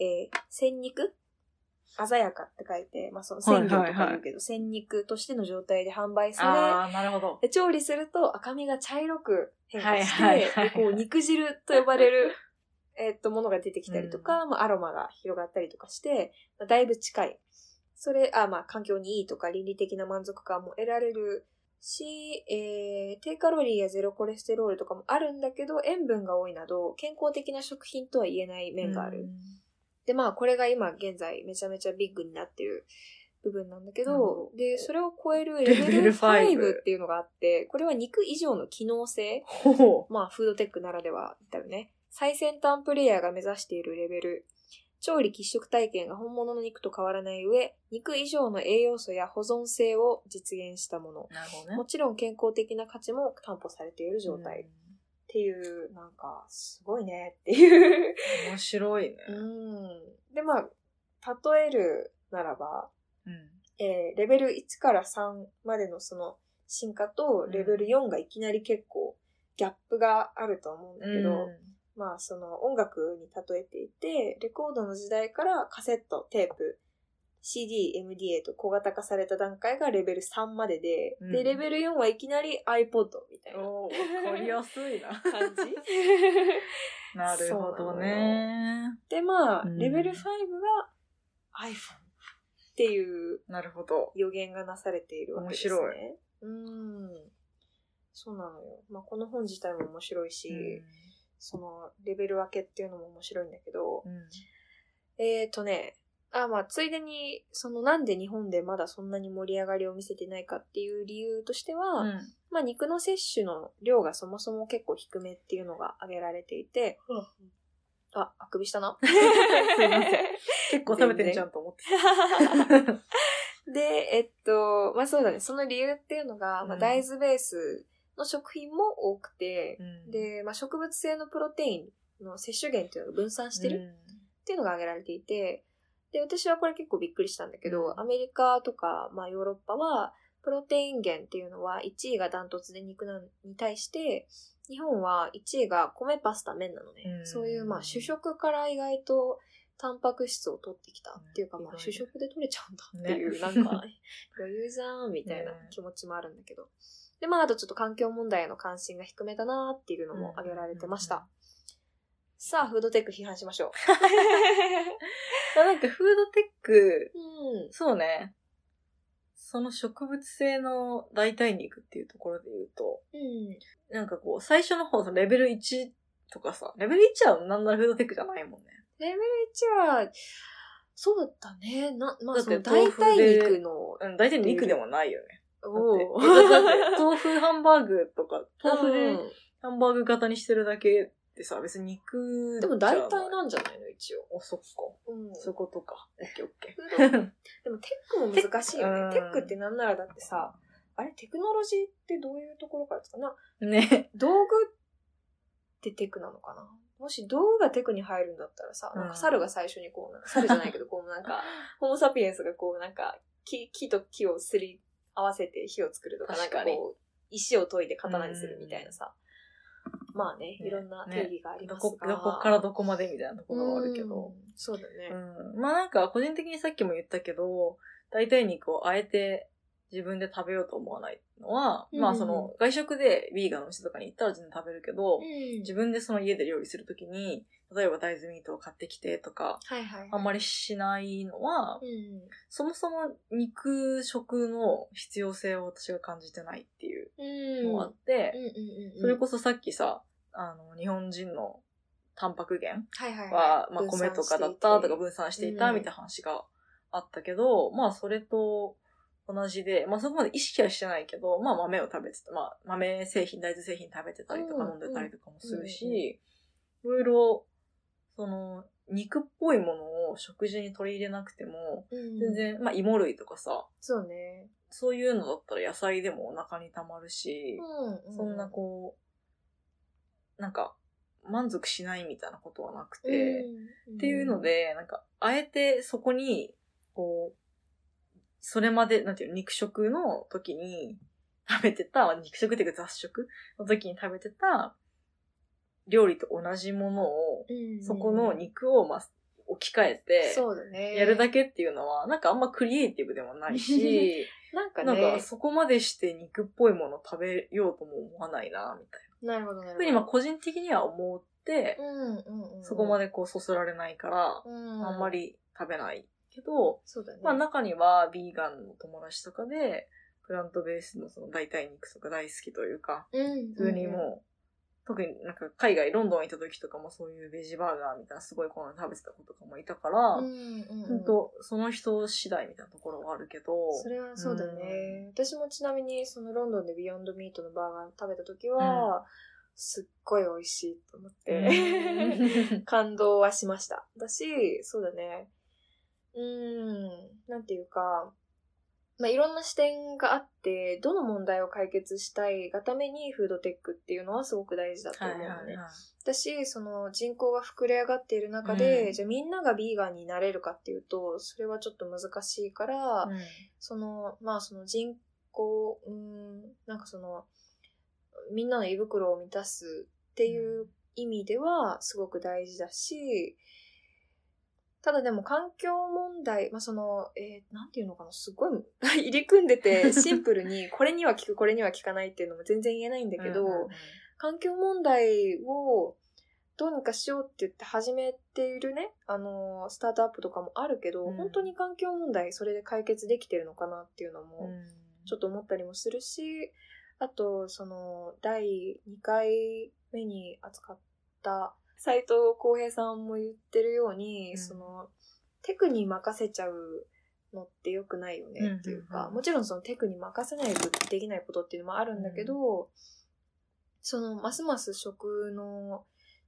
[SPEAKER 2] えー、鮮肉鮮やかって書いて、まあ、その鮮魚とか言うけど、鮮肉としての状態で販売
[SPEAKER 1] うん。
[SPEAKER 2] さ
[SPEAKER 1] ああ、なるほど。
[SPEAKER 2] れ、で調理すると赤身が茶色く変化して、
[SPEAKER 1] はいはいはいはい
[SPEAKER 2] でこう肉汁と呼ばれる、 えーっと、ものが出てきたりとか、まあ、アロマが広がったりとかして、まあ、だいぶ近い。それ、あ、まあ、環境にいいとか、倫理的な満足感も得られるし、えー低カロリーやゼロコレステロールとかもあるんだけど、塩分が多いなど、健康的な食品とは言えない面があ
[SPEAKER 1] う
[SPEAKER 2] る。
[SPEAKER 1] ん。
[SPEAKER 2] で、まあ、これが今現在めちゃめちゃビッグになってる部分なんだけ
[SPEAKER 1] なるほ
[SPEAKER 2] ど、で、それを超えるレ
[SPEAKER 1] レベ
[SPEAKER 2] ベ
[SPEAKER 1] ル
[SPEAKER 2] ル
[SPEAKER 1] 5
[SPEAKER 2] 5っていうのがあって、これは肉以上の機 能性、
[SPEAKER 1] ほう。
[SPEAKER 2] まあ、フードテックならではだよね。最先端プレイヤーが目指しているレベル。調理喫食体験が本物の肉と変わらない上、肉以上の栄養素や保存性を実現したもの。
[SPEAKER 1] なるほどね
[SPEAKER 2] も。ちろん健康的な価値も担保されている状態っ
[SPEAKER 1] うん。
[SPEAKER 2] ていう、なんか、すごいねっていう。
[SPEAKER 1] 面白いね。
[SPEAKER 2] うん。で、まあ、例えるならば、
[SPEAKER 1] うん。
[SPEAKER 2] えーレベル1から3までのその進化と、レベル4がいきなり結構、ギャップがあると思うんだけど、まあその音楽に例えていて、レコードの時代からカセット、テープ、CD、MD へと小型化された段階がレベル3までで、
[SPEAKER 1] うん
[SPEAKER 2] で、レベル4はいきなり iPod みたいな
[SPEAKER 1] おお、わかりやすい な。
[SPEAKER 2] 感じ。
[SPEAKER 1] なるほどね。
[SPEAKER 2] で、まあ、
[SPEAKER 1] うん
[SPEAKER 2] レベル5が iPhone っていう
[SPEAKER 1] なるほど。
[SPEAKER 2] 予言がなされているわけですね。
[SPEAKER 1] 面白
[SPEAKER 2] い。うん。そうなのよ。まあ、この本自体も面白いし、その、レベル分けっていうのも面白いんだけど、
[SPEAKER 1] うんうん
[SPEAKER 2] えーとね、あ、まあ、ついでに、その、なんで日本でまだそんなに盛り上がりを見せてないかっていう理由としては、
[SPEAKER 1] うん
[SPEAKER 2] まあ、肉の摂取の量がそもそも結構低めっていうのが挙げられていて、
[SPEAKER 1] うん
[SPEAKER 2] あ、あくびしたな。
[SPEAKER 1] すいません。結構食べてんじゃんと思ってた。
[SPEAKER 2] で、えっと、まあ、そうだね、その理由っていうのが、
[SPEAKER 1] う
[SPEAKER 2] まあ、
[SPEAKER 1] ん
[SPEAKER 2] 大豆ベースの食品も多くて、
[SPEAKER 1] うん、
[SPEAKER 2] で、まあ、植物性のプロテインの摂取源っていうのが分散してるっていうのが挙げられていて、で、私はこれ結構びっくりしたんだけど、
[SPEAKER 1] うん
[SPEAKER 2] アメリカとか、まあヨーロッパは、プロテイン源っていうのは1位がダントツで肉なのに対して、日本は1位が米パスタ麺なのね。
[SPEAKER 1] うん
[SPEAKER 2] そういう、まあ主食から意外とタンパク質を取ってきたっていうか、
[SPEAKER 1] ね
[SPEAKER 2] まあ
[SPEAKER 1] 意外
[SPEAKER 2] 主
[SPEAKER 1] ね
[SPEAKER 2] 食で取れちゃうんだっていう、
[SPEAKER 1] ね
[SPEAKER 2] なんか余裕じゃんみたいな
[SPEAKER 1] ね
[SPEAKER 2] 気持ちもあるんだけど。で、まああとちょっと環境問題への関心が低めだなっていうのも挙げられてました。
[SPEAKER 1] うんうんうん
[SPEAKER 2] さあ、フードテック批判しましょ
[SPEAKER 1] まあなんかフードテック、
[SPEAKER 2] う。うん。
[SPEAKER 1] そうね。その植物性の代替肉っていうところで言うと、
[SPEAKER 2] うん。
[SPEAKER 1] なんかこう、最初の方、そのレベル1とかさ、レベル1はなんならフードテックじゃないもんね。
[SPEAKER 2] レベル1は、そうだね。な、まあ、
[SPEAKER 1] だっ
[SPEAKER 2] そ
[SPEAKER 1] て
[SPEAKER 2] の代
[SPEAKER 1] 豆腐で
[SPEAKER 2] 替肉の、
[SPEAKER 1] うん、大体肉でもないよね。
[SPEAKER 2] お
[SPEAKER 1] だってだって
[SPEAKER 2] ー
[SPEAKER 1] 豆腐ハンバーグとか、 豆腐
[SPEAKER 2] う
[SPEAKER 1] で
[SPEAKER 2] ん
[SPEAKER 1] ハンバーグ型にしてるだけでさ、別に肉
[SPEAKER 2] でも大体
[SPEAKER 1] な。
[SPEAKER 2] なんじゃないの一応。
[SPEAKER 1] お、そっか。
[SPEAKER 2] うん
[SPEAKER 1] そういうことか。オッケーオッケ
[SPEAKER 2] フードでもテックも難しいよね。テ
[SPEAKER 1] テック
[SPEAKER 2] ックってなんならだってさ、あれテクノロジーってどういうところからですかな
[SPEAKER 1] ー。ね。
[SPEAKER 2] 道具ってテクなのかなもし道具がテクに入るんだったらさ、なん
[SPEAKER 1] う
[SPEAKER 2] か
[SPEAKER 1] ん
[SPEAKER 2] 猿が最初 にこう、なんか猿じゃないけど、こうなんか、ホモサピエンスがこうなんか木、木と木をすり合わせて火を作るとか、なん
[SPEAKER 1] 確
[SPEAKER 2] か
[SPEAKER 1] かに
[SPEAKER 2] こう、石を研いで刀にするみたいなさ。まあね、
[SPEAKER 1] ね
[SPEAKER 2] いろんな定義があり
[SPEAKER 1] ど
[SPEAKER 2] ますが、
[SPEAKER 1] こ、どこからどこまでみたいなところはあるけ
[SPEAKER 2] う
[SPEAKER 1] ど
[SPEAKER 2] ん。。そうだね。
[SPEAKER 1] うん。まあなんか、個人的にさっきも言ったけど、代替肉をあえて自分で食べようと思わないのは、
[SPEAKER 2] うん
[SPEAKER 1] まあその、外食でビーガンの店とかに行ったら全然食べるけど、
[SPEAKER 2] ん
[SPEAKER 1] 自分でその家で料理するときに、例えば大豆ミートを買ってきてとか、
[SPEAKER 2] はいはい。
[SPEAKER 1] あんまりしないのは、
[SPEAKER 2] うん。
[SPEAKER 1] そもそも肉食の必要性を私が感じてないっていう
[SPEAKER 2] うん。
[SPEAKER 1] のがあって、
[SPEAKER 2] うんうんうん、
[SPEAKER 1] それこそさっきさ、あの、日本人のタンパク源
[SPEAKER 2] はいはい
[SPEAKER 1] は、まあ
[SPEAKER 2] 分散
[SPEAKER 1] 米とかだったとか
[SPEAKER 2] していて
[SPEAKER 1] 分散していたみたいな話があったけど、まあそれと同じで、まあそこまで意識はしてないけど、まあ豆を食べてた、まあ豆製品、大豆製品食べてたりとか
[SPEAKER 2] うん
[SPEAKER 1] 飲んでたりとかもする
[SPEAKER 2] うんうん
[SPEAKER 1] し、いろいろ、その、肉っぽいものを食事に取り入れなくても、
[SPEAKER 2] うん
[SPEAKER 1] 全然、まあ芋類とかさ、
[SPEAKER 2] そうね、
[SPEAKER 1] そういうのだったら野菜でもお腹にたまるし、
[SPEAKER 2] う
[SPEAKER 1] そんなこう、なんか、満足しないみたいなことはなく
[SPEAKER 2] う
[SPEAKER 1] て、
[SPEAKER 2] ん
[SPEAKER 1] っていうの、で、なんか、あえてそこに、こう、それまで、なんていうの、肉食の時に食べてた、肉食っていうか雑食の時に食べてた料理と同じものを、
[SPEAKER 2] うん
[SPEAKER 1] そこの肉を、まあ、置き換えて、
[SPEAKER 2] そうだね
[SPEAKER 1] やるだけっていうのは、なんかあんまクリエイティブでもないし、
[SPEAKER 2] なんか
[SPEAKER 1] なん
[SPEAKER 2] ね
[SPEAKER 1] かそこまでして肉っぽいものを食べようとも思わないな、みたい
[SPEAKER 2] なるほどなる
[SPEAKER 1] な。
[SPEAKER 2] ほ
[SPEAKER 1] ふう
[SPEAKER 2] ど
[SPEAKER 1] にまあ個人的には思って
[SPEAKER 2] う、んうんうん、
[SPEAKER 1] そこまでこうそそられないから、
[SPEAKER 2] うん
[SPEAKER 1] あんまり食べないけど、
[SPEAKER 2] そうだね
[SPEAKER 1] まあ中にはビーガンの友達とかで、プラントベースのその代替肉とか大好きというか、
[SPEAKER 2] うん
[SPEAKER 1] 普通にもう、特になんか海外、ロンドン行った時とかもそういうベジバーガーみたいなすごいこの食べてた子とかもいたから、
[SPEAKER 2] うんうんうん
[SPEAKER 1] 本当その人次第みたいなところはあるけど、
[SPEAKER 2] それはそうだね、私もちなみにそのロンドンでビヨンドミートのバーガー食べた時は、すっごい美味しいと思って、
[SPEAKER 1] うん
[SPEAKER 2] 感動はしました。だし、そうだね。うーん、なんていうか、まあ、いろんな視点があって、どの問題を解決したいがためにフードテックっていうのはすごく大事だと
[SPEAKER 1] は
[SPEAKER 2] 思う
[SPEAKER 1] い
[SPEAKER 2] の
[SPEAKER 1] は
[SPEAKER 2] ね。
[SPEAKER 1] いはい。
[SPEAKER 2] だし、その人口が膨れ上がっている中で、
[SPEAKER 1] うん
[SPEAKER 2] じゃあみんながビーガンになれるかっていうと、それはちょっと難しいから、
[SPEAKER 1] うん
[SPEAKER 2] その、まあその人口、うーん、なんかその、みんなの胃袋を満たすっていう意味ではすごく大事だし、ただでも環境問題、まあその、えーなんていうのかな、すごい 入り組んでてシンプルに、これには効く、これには効かないっていうのも全然言えないんだけど、
[SPEAKER 1] うんうんうん
[SPEAKER 2] 環境問題をどうにかしようって言って始めているね、あのー、スタートアップとかもあるけど、
[SPEAKER 1] うん
[SPEAKER 2] 本当に環境問題それで解決できてるのかなっていうのも、ちょっと思ったりもするし、あと、その、第2回目に扱った斎藤浩平さんも言ってるように、
[SPEAKER 1] うん
[SPEAKER 2] その、テクに任せちゃうのって良くないよねっていう
[SPEAKER 1] うんうん
[SPEAKER 2] か、
[SPEAKER 1] うん
[SPEAKER 2] もちろんそのテクに任せないとできないことっていうのもあるんだけど、その、ますます食の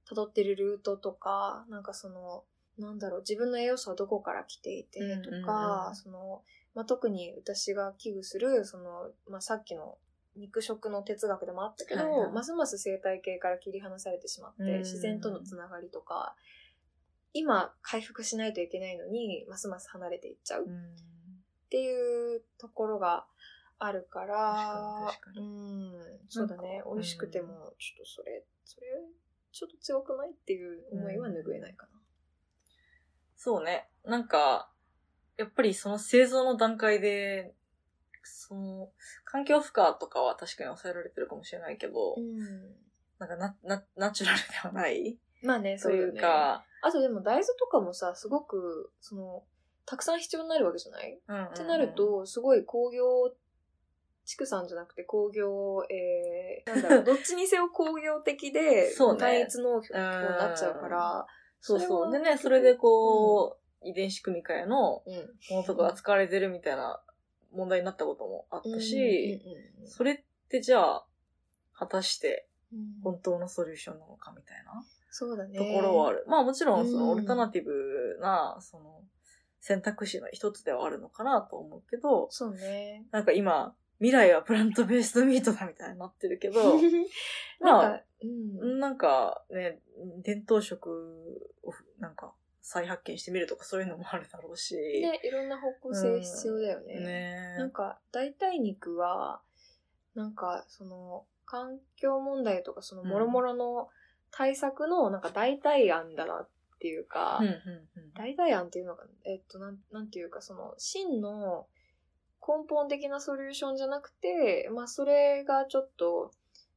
[SPEAKER 2] 辿ってるルートとか、なんかその、なんだろう、自分の栄養素はどこから来ていてと
[SPEAKER 1] うんうん
[SPEAKER 2] か、
[SPEAKER 1] うん
[SPEAKER 2] その、まあ、特に私が危惧する、その、まあ、さっきの肉食の哲学でもあったけど、
[SPEAKER 1] はいはい
[SPEAKER 2] ますます生態系から切り離されてしまって、
[SPEAKER 1] うん
[SPEAKER 2] 自然とのつながりとか、今回復しないといけないのに、ますます離れていっちゃう
[SPEAKER 1] う
[SPEAKER 2] っ
[SPEAKER 1] ん
[SPEAKER 2] ていうところがあるから、
[SPEAKER 1] 確かに確かに
[SPEAKER 2] うん、そうだね、
[SPEAKER 1] ん
[SPEAKER 2] 美味しくても、ちょっとそれ、それ、ちょっと強くないっていう思いは拭えないかな。
[SPEAKER 1] そうね。なんか、やっぱりその製造の段階で、その、環境負荷とかは確かに抑えられてるかもしれないけど、なんかな、な、ナチュラルではない
[SPEAKER 2] まあね、
[SPEAKER 1] と
[SPEAKER 2] そう
[SPEAKER 1] い
[SPEAKER 2] いううか。
[SPEAKER 1] か、
[SPEAKER 2] あとでも大豆とかもさ、すごく、その、たくさん必要になるわけじゃない
[SPEAKER 1] うんうんうん
[SPEAKER 2] ってなる、と、すごい工業、畜産じゃなくて工業、えー、なんだ ろう、どっちにせよ工業的で、
[SPEAKER 1] そうね
[SPEAKER 2] 単一農業になっちゃうから、
[SPEAKER 1] そうそ
[SPEAKER 2] は
[SPEAKER 1] う。でね、それでこう、遺伝子組み換えの
[SPEAKER 2] うん、
[SPEAKER 1] ものとかが使われてるみたいな問題になったこともあったし、
[SPEAKER 2] うん
[SPEAKER 1] それってじゃあ、果たして
[SPEAKER 2] うん
[SPEAKER 1] 本当のソリューションなのかみたいな。
[SPEAKER 2] そうだね。
[SPEAKER 1] ところはあ
[SPEAKER 2] る。
[SPEAKER 1] る。まあもちろん、その
[SPEAKER 2] うん
[SPEAKER 1] オルタナティブな、その、選択肢の一つではあるのかなと思うけど、
[SPEAKER 2] そうね。
[SPEAKER 1] なんか今、未来はプラントベースドミートだみたいになってるけ ど、ま
[SPEAKER 2] なん
[SPEAKER 1] あ
[SPEAKER 2] か、、うん。
[SPEAKER 1] なんかね、伝統食をなんか再発見してみるとかそういうのもあるだろうし、ね
[SPEAKER 2] で、いろんな方向性必要だよね。なんか代替肉はなんかその環境問題とかその
[SPEAKER 1] うん
[SPEAKER 2] もろもろの対策のなんか代替案だなっていうか、
[SPEAKER 1] うんうんうん
[SPEAKER 2] 代替案っていうのがえっとなんなんていうかその真の根本的なソリューションじゃなくてまあそれがちょっと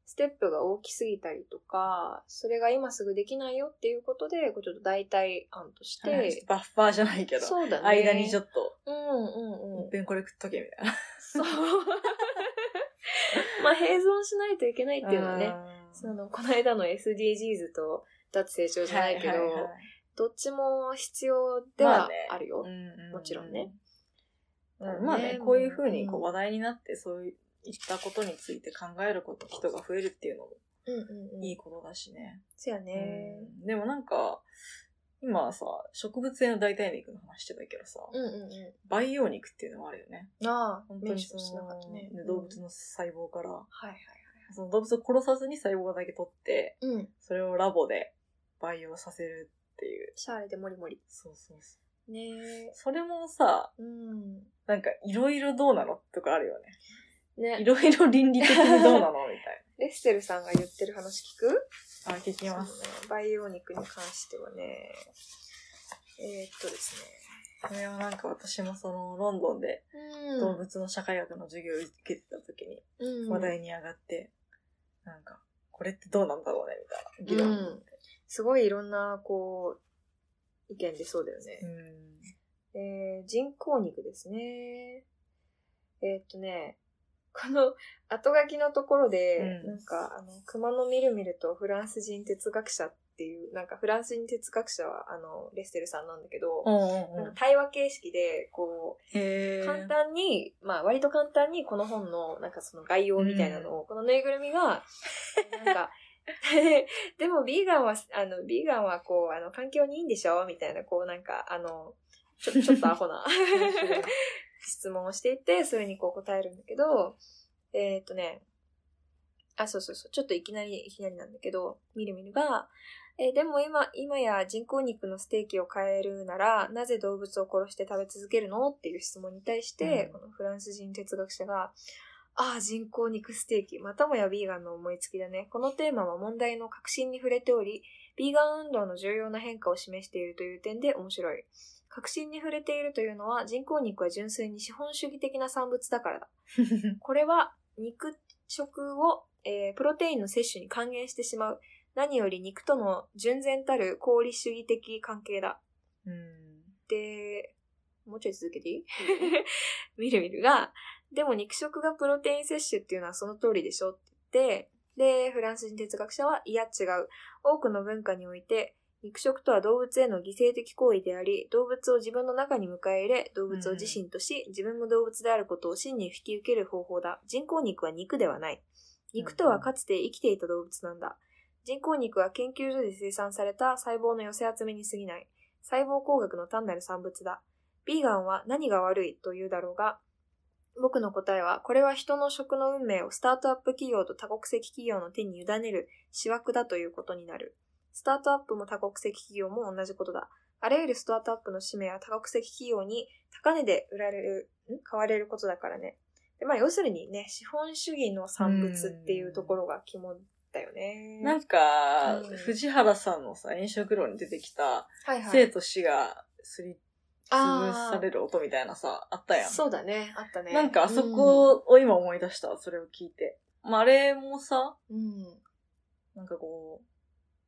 [SPEAKER 2] ステップが大きすぎたりとかそれが今すぐできないよっていうことでこうちょっと代替案として、
[SPEAKER 1] はいちょっとバッファーじゃないけど、
[SPEAKER 2] そうだね
[SPEAKER 1] 間にちょ
[SPEAKER 2] っ
[SPEAKER 1] っと、
[SPEAKER 2] とうんうんうん
[SPEAKER 1] いっぺんこれ食っとけみたいな。
[SPEAKER 2] そう。 まあ、併存しないといけないっていうのはね、
[SPEAKER 1] ん
[SPEAKER 2] その、この間の SDGs と脱成長じゃないけど、
[SPEAKER 1] はははい
[SPEAKER 2] どっちも必要ではあるよ。
[SPEAKER 1] も
[SPEAKER 2] もちろんね。
[SPEAKER 1] うん、まあね
[SPEAKER 2] ね、
[SPEAKER 1] こういうふうにこう
[SPEAKER 2] う
[SPEAKER 1] ん話題になって、そういったことについて考えること、人が増えるっていうのも
[SPEAKER 2] うんうんうん。
[SPEAKER 1] いいことだしね。
[SPEAKER 2] そうやね。
[SPEAKER 1] うんでもなんか、今さ、植物性の代替肉の話してたけどさ、
[SPEAKER 2] うんうんう
[SPEAKER 1] 培養肉っていうのもあるよね。
[SPEAKER 2] ん。ああ、
[SPEAKER 1] 本当
[SPEAKER 2] メン
[SPEAKER 1] に
[SPEAKER 2] シ
[SPEAKER 1] そ
[SPEAKER 2] ョンしなかった
[SPEAKER 1] の、
[SPEAKER 2] ね
[SPEAKER 1] ね。動物の細胞から、
[SPEAKER 2] はいはい
[SPEAKER 1] その動物を殺さずに細胞だけ取って、
[SPEAKER 2] はい。うん。
[SPEAKER 1] それをラボで培養させるっていう。
[SPEAKER 2] シャーレでモリモリ。
[SPEAKER 1] そうそうそ
[SPEAKER 2] ね
[SPEAKER 1] う。それもさ、
[SPEAKER 2] うん。
[SPEAKER 1] なんかいろいろどうなのとかあるよね。い
[SPEAKER 2] ね。
[SPEAKER 1] ろいろ倫理的にどう なのみ
[SPEAKER 2] レッセルさんが言ってる話聞く
[SPEAKER 1] たいな。あ、聞きます。
[SPEAKER 2] そうね培養肉に関してはね。えー、っとですね。
[SPEAKER 1] これはなんか私もそのロンドンで
[SPEAKER 2] うん
[SPEAKER 1] 動物の社会学の授業を受けてた時に話題に上がって、なんか、これってどうなんだろうねみたいな議論。
[SPEAKER 2] うんすごいいろんな、こう、意見出そうだよね。えー人工肉ですね。えーっとね、この後書きのところで、
[SPEAKER 1] うん
[SPEAKER 2] なんか、あの、熊のみるみるとフランス人哲学者っていう、なんかフランス人哲学者は、あの、レッセルさんなんだけど、
[SPEAKER 1] うんうん
[SPEAKER 2] なん
[SPEAKER 1] う
[SPEAKER 2] か
[SPEAKER 1] ん。
[SPEAKER 2] 対話形式で、こ
[SPEAKER 1] へ
[SPEAKER 2] う、
[SPEAKER 1] ー
[SPEAKER 2] 簡単に、まあ割と簡単にこの本の、なんかその概要みたいなのを、このぬいぐるみが、 なんか、 でも、ビーガンは、あの、ビーガンは、こう、あの、環境にいいんでしょみたいな、こう、なんか、あの、ちょ、ちょっとアホな質問をしていて、それにこう答えるんだけど、えーっとね、あ、そうそうそう、ちょっといきなり、いきなりなんだけど、みるみるが、えーでも今、今や人工肉のステーキを変えるなら、なぜ動物を殺して食べ続けるのっていう質問に対して、
[SPEAKER 1] うん
[SPEAKER 2] このフランス人哲学者が、ああ、人工肉ステーキ。またもやビーガンの思いつきだね。このテーマは問題の核心に触れており、ビーガン運動の重要な変化を示しているという点で面白い。核心に触れているというのは、人工肉は純粋に資本主義的な産物だからだ。これは肉食を、えープロテインの摂取に還元してしまう。何より肉との純然たる功利主義的関係だ。
[SPEAKER 1] うん
[SPEAKER 2] で、もうちょい続けていい みるみるが、でも肉食がプロテイン摂取っていうのはその通りでしょって言って、で、フランス人哲学者は、いや違う。多くの文化において、肉食とは動物への犠牲的行為であり、動物を自分の中に迎え入れ、動物を自身とし、自分も動物であることを真に引き受ける方法だ。人工肉は肉ではない。肉とはかつて生きていた動物なんだ。人工肉は研究所で生産された細胞の寄せ集めに過ぎない。細胞工学の単なる産物だ。ビーガンは何が悪いというだろうが、僕の答えは、これは人の食の運命をスタートアップ企業と多国籍企業の手に委ねる私枠だということになる。スタートアップも多国籍企業も同じことだ。あらゆるスタートアップの使命は多国籍企業に高値で売られる、ん買われることだからね。でまあ、要するにね、資本主義の産物っていうところが肝だよね。
[SPEAKER 1] なんか
[SPEAKER 2] うん、
[SPEAKER 1] 藤原さんのさ、飲食論に出てきた、
[SPEAKER 2] はいはい
[SPEAKER 1] 生と死がすり潰される音みたいなさ、あったやん。
[SPEAKER 2] そうだね。あったね。
[SPEAKER 1] なんかあそこを今思い出した、それを聞いて。まあ、あれもさ、
[SPEAKER 2] うん、うん。
[SPEAKER 1] なんかこう、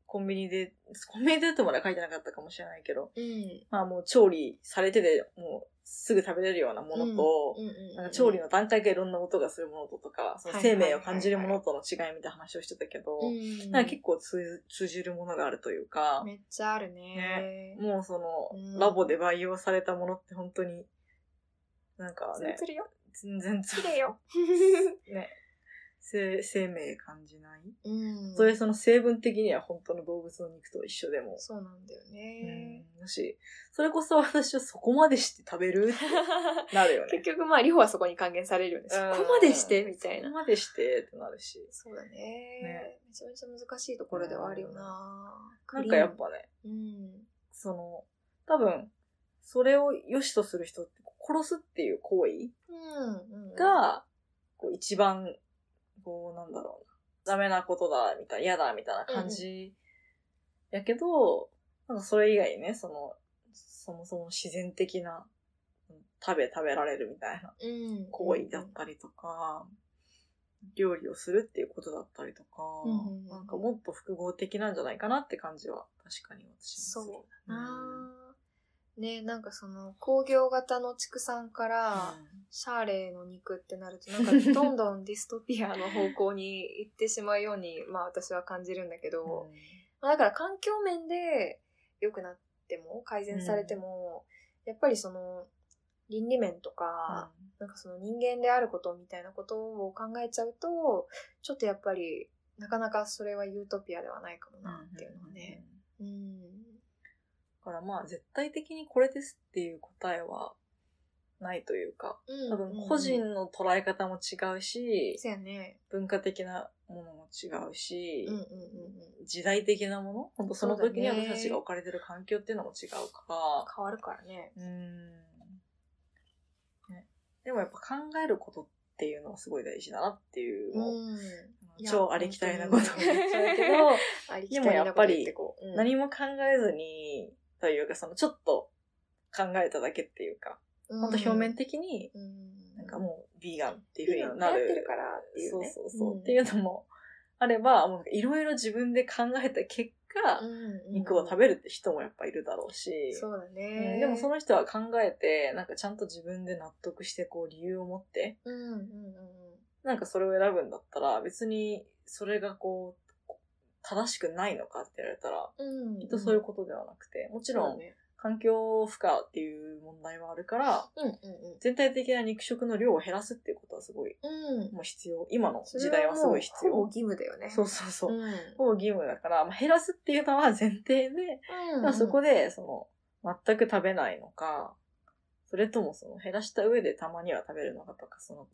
[SPEAKER 1] コンビニで、コンビニでとまでは書いてなかったかもしれないけど、
[SPEAKER 2] うん。
[SPEAKER 1] まあもう調理されてて、もうすぐ食べれるようなものと、
[SPEAKER 2] うんうんうん
[SPEAKER 1] なんか調理の段階がいろんな音がするものととか、その生命を感じるものとの違いみたいな話をしてたけど、
[SPEAKER 2] うん
[SPEAKER 1] なんか結構通通じるものがあるというか、
[SPEAKER 2] めっちゃあるね。
[SPEAKER 1] もうその、
[SPEAKER 2] うん
[SPEAKER 1] ラボで培養されたものって本当に、なんかね、
[SPEAKER 2] 映るよ。
[SPEAKER 1] 全然つ
[SPEAKER 2] 綺 麗よ。
[SPEAKER 1] ね、生生命感じない、
[SPEAKER 2] うん。
[SPEAKER 1] それその成分的には本当の動物の肉と一緒でも、
[SPEAKER 2] そうなんだよ
[SPEAKER 1] うん
[SPEAKER 2] ね。、
[SPEAKER 1] だし、それこそ私はそこまでして食べ るってなるよね。
[SPEAKER 2] 結局まあ、リホはそこに還元されるよね。そ
[SPEAKER 1] うん
[SPEAKER 2] こまでして、みたい
[SPEAKER 1] そ
[SPEAKER 2] な
[SPEAKER 1] こ。までしてってなるし。
[SPEAKER 2] そうだね
[SPEAKER 1] ね
[SPEAKER 2] めちゃめちゃ難しいところではあるよな。
[SPEAKER 1] なんかやっ
[SPEAKER 2] ぱ。
[SPEAKER 1] ぱね、
[SPEAKER 2] うん。
[SPEAKER 1] その、多分、それを良しとする人って、殺すっていう行為
[SPEAKER 2] うん。
[SPEAKER 1] が、こう一番、こうなんだろうな、ダメなことだ、みたいな、嫌だ、みたいな感じ、やけど、なんかそれ以外にね、その、そもそも自然的な、食べ食べられるみたいな
[SPEAKER 2] うん、
[SPEAKER 1] 行為だったりとか、料理をするっていうことだったりとか、
[SPEAKER 2] うんうんうん
[SPEAKER 1] なんかもっと複合的なんじゃないかなって感じは確かに私もする。
[SPEAKER 2] そうだな。ねなんかその工業型の畜産か
[SPEAKER 1] うん
[SPEAKER 2] らシャーレの肉ってなるとなん かどんどんディストピアの方向に行ってしまうようにまあ私は感じるんだけど、まあ、だから環境面で良くなっても改善されても、やっぱりその倫理面とか、なんかその人間であることみたいなことを考えちゃうとちょっとやっぱりなかなかそれはユートピアではないかもなっていうのはね。。
[SPEAKER 1] ん
[SPEAKER 2] うん
[SPEAKER 1] だからまあ絶対的にこれですっていう答えはないというか、多分個人の捉え方も違うし、
[SPEAKER 2] そうやね。
[SPEAKER 1] 文化的なものも違うし、
[SPEAKER 2] うんうんうん
[SPEAKER 1] 時代的なもの本当その時に
[SPEAKER 2] そうだね
[SPEAKER 1] 私たちが置かれてる環境っていうのも違うか
[SPEAKER 2] 変わるからね。
[SPEAKER 1] ら、うーん、ね。でもやっぱ考えることっていうのはすごい大事だなっていう、もう超ありきたりなことを言っちゃうけど、
[SPEAKER 2] あり
[SPEAKER 1] き
[SPEAKER 2] き
[SPEAKER 1] た
[SPEAKER 2] た
[SPEAKER 1] り
[SPEAKER 2] り
[SPEAKER 1] な
[SPEAKER 2] な
[SPEAKER 1] こ
[SPEAKER 2] ことと
[SPEAKER 1] 言っ
[SPEAKER 2] 言っててこう。
[SPEAKER 1] 何も考えずに、というか、その、ちょっと考えただけっていうか、ほんと表面
[SPEAKER 2] 的。
[SPEAKER 1] 的に、
[SPEAKER 2] うん
[SPEAKER 1] なんかもう、ビーガンっていう
[SPEAKER 2] ビ
[SPEAKER 1] 風
[SPEAKER 2] ガ
[SPEAKER 1] にな
[SPEAKER 2] ン流行っ
[SPEAKER 1] る。
[SPEAKER 2] てるからっていうね。
[SPEAKER 1] そうそうそう。
[SPEAKER 2] うん
[SPEAKER 1] っていうのも、あれば、もう、いろいろ自分で考えた結果、肉を食
[SPEAKER 2] べ
[SPEAKER 1] べるって人もやっぱいるだろうし、
[SPEAKER 2] そうだ
[SPEAKER 1] う
[SPEAKER 2] ね
[SPEAKER 1] ん。でもその人は考えて、なんかちゃんと自分で納得して、こう、理由を持って、
[SPEAKER 2] うんうんうんうん。
[SPEAKER 1] なんかそれを選ぶんだったら、別に、それがこう、正しくないのかって言われたら、
[SPEAKER 2] うん、
[SPEAKER 1] きっとそういうことではなくて、もちろん、
[SPEAKER 2] ね。
[SPEAKER 1] 環境負荷っていう問題はあるから、
[SPEAKER 2] うんうん
[SPEAKER 1] 全体的な肉食の量を減らすっていうことはすごい、
[SPEAKER 2] うん。うん。
[SPEAKER 1] もう必要。今の時代はすごい必
[SPEAKER 2] ほぼ
[SPEAKER 1] 要。
[SPEAKER 2] 義務だよね。
[SPEAKER 1] そうそうそうう。
[SPEAKER 2] ん。
[SPEAKER 1] ほぼ義務だから、まあ、減らすっていうのは前提で、まあ、そこ
[SPEAKER 2] で。
[SPEAKER 1] で、その、全く食べないのか、それともその、減らした上でたまには食べるのかとか、その、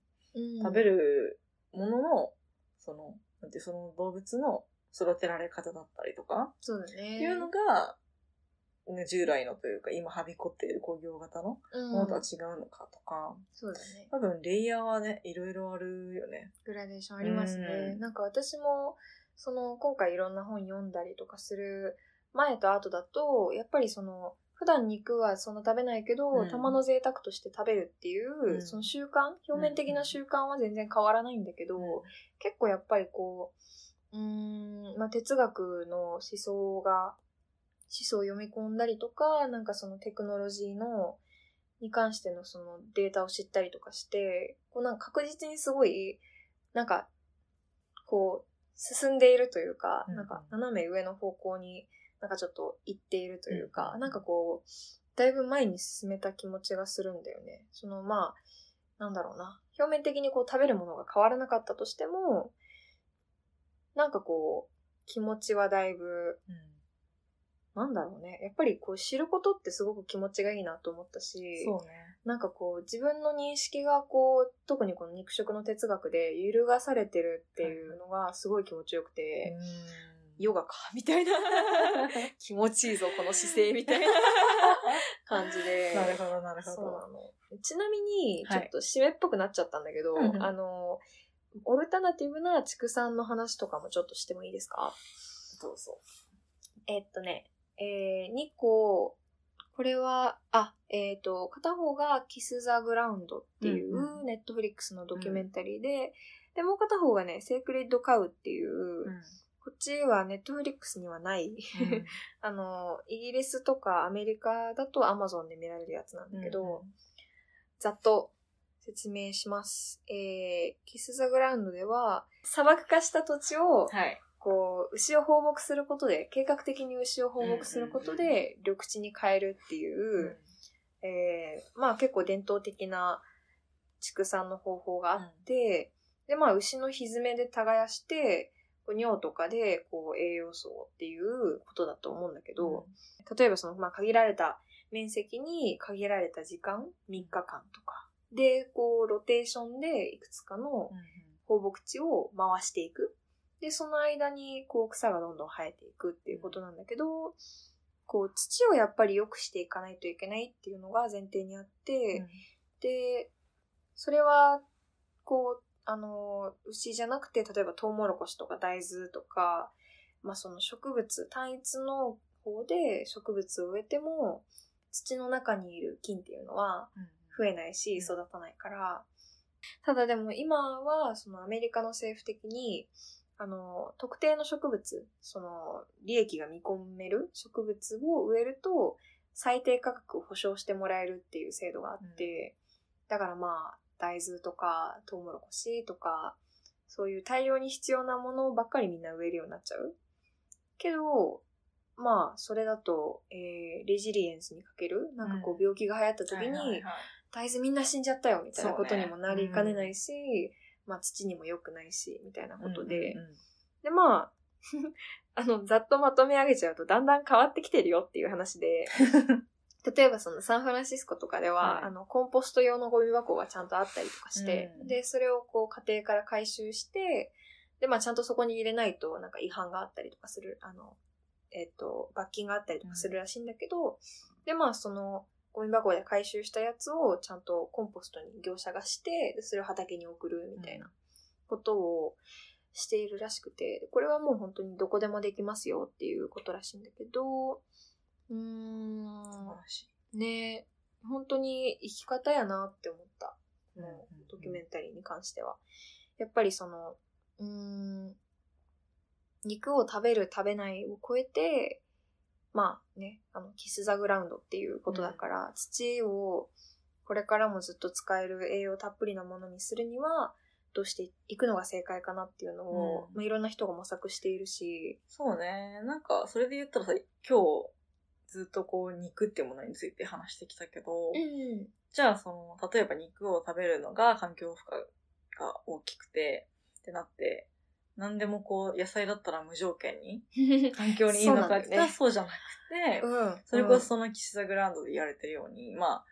[SPEAKER 1] 食べ
[SPEAKER 2] る。
[SPEAKER 1] るものの、その、なんていうその動物の育てられ方だったりとか、
[SPEAKER 2] そうだね。
[SPEAKER 1] っていうのが、ね、従来のというか、今はびこっている工業型のものとは
[SPEAKER 2] うん
[SPEAKER 1] 違うのかとか、
[SPEAKER 2] そうだね。
[SPEAKER 1] 多分レイヤーはね、いろいろあるよね。
[SPEAKER 2] グラデーションありますね。
[SPEAKER 1] うん
[SPEAKER 2] なんか私も、その、今回いろんな本読んだりとかする前と後だと、やっぱりその、普段肉はそんな食べないけど、
[SPEAKER 1] うん
[SPEAKER 2] たまの贅沢として食べるっていう
[SPEAKER 1] う、ん
[SPEAKER 2] その習慣、表面的な習慣は全然変わらないんだけど、結構やっぱりこう、うーん、まあ、哲学の思想が、思想を読み込んだりとか、なんかそのテクノロジーの、に関してのそのデータを知ったりとかして、こうなんか確実にすごい、なんか、こう、進んでいるというか、
[SPEAKER 1] うん
[SPEAKER 2] なんか斜め上の方向に、なんかちょっと行っているというか、
[SPEAKER 1] うん
[SPEAKER 2] なんかこう、だいぶ前に進めた気持ちがするんだよね。そのまあ、なんだろうな。表面的にこう食べるものが変わらなかったとしても、なんかこう、気持ちはだいぶ、
[SPEAKER 1] うん
[SPEAKER 2] なんだろうね。やっぱりこう知ることってすごく気持ちがいいなと思ったし、
[SPEAKER 1] そうね。
[SPEAKER 2] なんかこう自分の認識がこう、特にこの肉食の哲学で揺るがされてるっていうのがすごい気持ちよくて、ヨガか、み たいな。気持ちいいぞ、この姿勢、みたい な感じで。
[SPEAKER 1] なるほど、なるほ
[SPEAKER 2] そう
[SPEAKER 1] ど。
[SPEAKER 2] なの。ちなみに、
[SPEAKER 1] は
[SPEAKER 2] ちょ
[SPEAKER 1] い
[SPEAKER 2] っと締めっぽくなっちゃったんだけど、
[SPEAKER 1] うんうん
[SPEAKER 2] あの、オルタナティブな畜産の話とかもちょっとしてもいいですか
[SPEAKER 1] どうぞ。
[SPEAKER 2] えっとね、えー、2個これは、あ、えっ、と、片方がキス・ザ・グラウンドってい
[SPEAKER 1] うん
[SPEAKER 2] うネットフリックスのドキュメンタリーで、で、もう片方がね、セークレッド・カウっていう、こっちはネットフリックスにはない、あの、イギリスとかアメリカだとアマゾンで見られるやつなん だけど、ざっと説明します。えー、キス・ザ・グラウンドでは、砂漠化した土地を、
[SPEAKER 1] はい。
[SPEAKER 2] こう、牛を放牧することで、計画的に牛を放牧すること
[SPEAKER 1] うんうん
[SPEAKER 2] で、緑地に変えるっていう、えーまあ結構伝統的な畜産の方法があって、で、まあ牛のひずめで耕して、こう尿とかでこう栄養素をっていうことだと思うんだけど、例えばその、まあ、限られた面積に限られた時間、3日間とか。で、こう、ロテーションでいくつかの
[SPEAKER 1] うん
[SPEAKER 2] 放牧地を回していく。で、その間に、こう、草がどんどん生えていくっていうことなんだけど、こう、土をやっぱり良くしていかないといけないっていうのが前提にあって、で、それは、こう、あの、牛じゃなくて、例えばトウモロコシとか大豆とか、まあその植物、単一の方で植物を植えても、土の中にいる菌っていうのは
[SPEAKER 1] うん
[SPEAKER 2] 増えないし、育たないから、ただでも今は、そのアメリカの政府的に、あの、特定の植物、その、利益が見込める植物を植えると、最低価格を保証してもらえるっていう制度があって、だからまあ、大豆とか、トウモロコシとか、そういう大量に必要なものばっかりみんな植えるようになっちゃう。けど、まあ、それだと、えー、レジリエンスにかける、なんかこ
[SPEAKER 1] う
[SPEAKER 2] う病気が流行った時
[SPEAKER 1] は
[SPEAKER 2] に、
[SPEAKER 1] いはいはい
[SPEAKER 2] 大豆みんな死んじゃったよみたいな
[SPEAKER 1] そう
[SPEAKER 2] こ
[SPEAKER 1] ね
[SPEAKER 2] とにもなりかねないし、まあ土にも良くないし、みたいなことで、
[SPEAKER 1] うんうんうん
[SPEAKER 2] でまあ、 あの、ざっとまとめ上げちゃうとだんだん変わってきてるよっていう 話で、例えばそのサンフランシスコとかでは、
[SPEAKER 1] はい
[SPEAKER 2] あの、コンポスト用のゴミ箱がちゃんとあったりとかして、
[SPEAKER 1] うん
[SPEAKER 2] で、それをこう家庭から回収して、で、まあちゃんとそこに入れないとなんか違反があったりとかする、あの、えっ、と、罰金があったりとかするらしいんだけど、で、まあその、ゴミ箱で回収したやつをちゃんとコンポストに業者がして、でそれを畑に送るみたいなことをしているらしくて、これはもう本当にどこでもできますよっていうことらしいんだけど、う
[SPEAKER 1] 素
[SPEAKER 2] ーん
[SPEAKER 1] 晴、らしい
[SPEAKER 2] ねえ本当に生き方やなって思った。
[SPEAKER 1] う
[SPEAKER 2] こ
[SPEAKER 1] んうん
[SPEAKER 2] の
[SPEAKER 1] うん
[SPEAKER 2] ドキュメンタリーに関しては。やっぱりその、うーん、肉を食べる食べないを超えて、まあね、あの、キス・ザ・グラウンドっていうことだから、土をこれからもずっと使える栄養たっぷりなものにするには、どうしていくのが正解かなっていうのを、
[SPEAKER 1] うん
[SPEAKER 2] まあ、いろんな人が模索しているし、
[SPEAKER 1] そうね。なんか、それで言ったらさ、今日、ずっとこう、肉ってものについて話してきたけど、
[SPEAKER 2] ん、
[SPEAKER 1] じゃあ、その、例えば肉を食べるのが環境負荷が大きくて、ってなって、何でもこう、野菜だったら無条件に、環境にいいのかって言ったらそうじゃなくて、
[SPEAKER 2] うん、
[SPEAKER 1] それこそそのキス・ザ・グラウンドで言われてるように、まあ、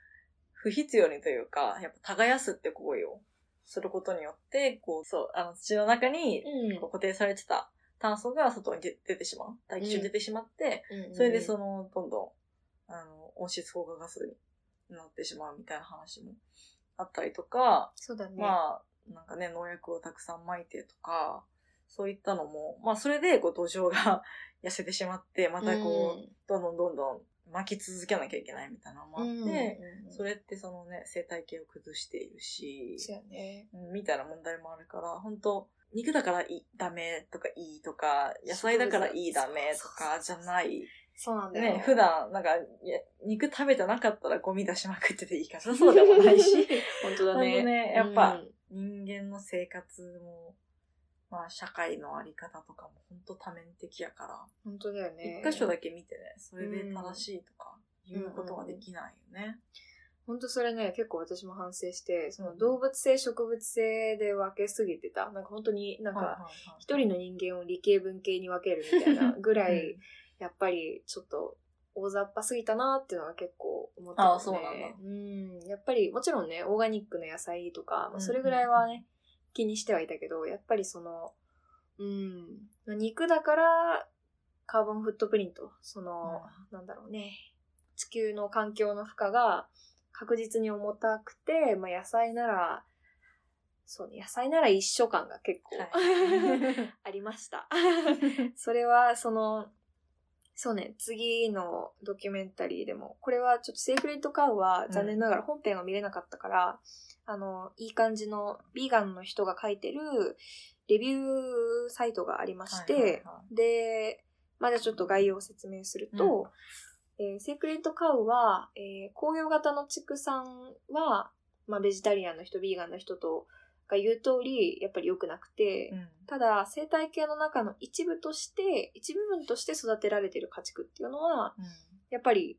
[SPEAKER 1] 不必要にというか、やっぱ耕すって行為をすることによって、こう、そう、あの、土の中に
[SPEAKER 2] うん、
[SPEAKER 1] こう固定されてた炭素が外に出出てしまう。大気中に出てしまって、
[SPEAKER 2] うん、
[SPEAKER 1] それでその、どんどん、あの、温室効果ガスになってしまうみたいな話もあったりとか、
[SPEAKER 2] そうだね。
[SPEAKER 1] まあ、なんかね、農薬をたくさん撒いてとか、そういったのも、まあ、それで、こう、土壌が 痩せてしまって、またこう、
[SPEAKER 2] うん
[SPEAKER 1] どんどんどんどん巻き続けなきゃいけないみたいなのもあって、それってそのね、生態系を崩しているし、
[SPEAKER 2] そうやね。
[SPEAKER 1] うんみたいな問題もあるから、本当肉だからいい、ダメとかいいとか、野菜だからいいダメとかじゃない。
[SPEAKER 2] そうなんだよ。
[SPEAKER 1] ね、普段、なんか、いや肉食べてなかったらゴミ出しまくってていいから、そうでもない し。
[SPEAKER 2] 本当だ
[SPEAKER 1] ほん
[SPEAKER 2] ね。
[SPEAKER 1] とねやっぱ
[SPEAKER 2] うん
[SPEAKER 1] 人間の生活も、まあ社会のあり方とかも本当多面的やから、
[SPEAKER 2] 本当だよ
[SPEAKER 1] 一、
[SPEAKER 2] ね。
[SPEAKER 1] 箇所だけ見てね、それで正しいとか言うことができないよね。
[SPEAKER 2] 本当それね、結構私も反省して、そうの
[SPEAKER 1] ん
[SPEAKER 2] 動物性、植物性で分けすぎてた。なんか本当になんか、一人
[SPEAKER 1] の
[SPEAKER 2] の人間を理系文系に分けるみたいなぐら
[SPEAKER 1] う
[SPEAKER 2] い
[SPEAKER 1] ん、
[SPEAKER 2] やっぱりちょっと大雑把すぎたなっていうのが結構思って
[SPEAKER 1] あ
[SPEAKER 2] た
[SPEAKER 1] そうなんだ
[SPEAKER 2] うん。やっぱりもちろんね、オーガニックの野菜とか、
[SPEAKER 1] う
[SPEAKER 2] ま
[SPEAKER 1] ん
[SPEAKER 2] あ、それぐらいはね、気にしてはいたけど、やっぱりその、うん、肉だからカーボンフットプリント、その、なんだろうね、地球の環境の負荷が確実に重たくて、まあ、野菜なら、そうね、野菜なら一緒感が結構、
[SPEAKER 1] はい
[SPEAKER 2] ありました。それは、その、そうね、次のドキュメンタリーでも、これはちょっとセーフレッドカウは残念ながら本編は見れなかったから、あの、いい感じのビーガンの人が書いてるレビューサイトがありまして、
[SPEAKER 1] はいはいは
[SPEAKER 2] で、まあ、じゃあちょっと概要を説明すると、えーセークレットカウは、えー紅葉型の畜産は、まあ、ベジタリアンの人、ビーガンの人と、が言う通り、やっぱり良くなくて、
[SPEAKER 1] い
[SPEAKER 2] ただ、生態系の中の一部として、一部分として育てられてる家畜っていうのは、
[SPEAKER 1] うん
[SPEAKER 2] やっぱり、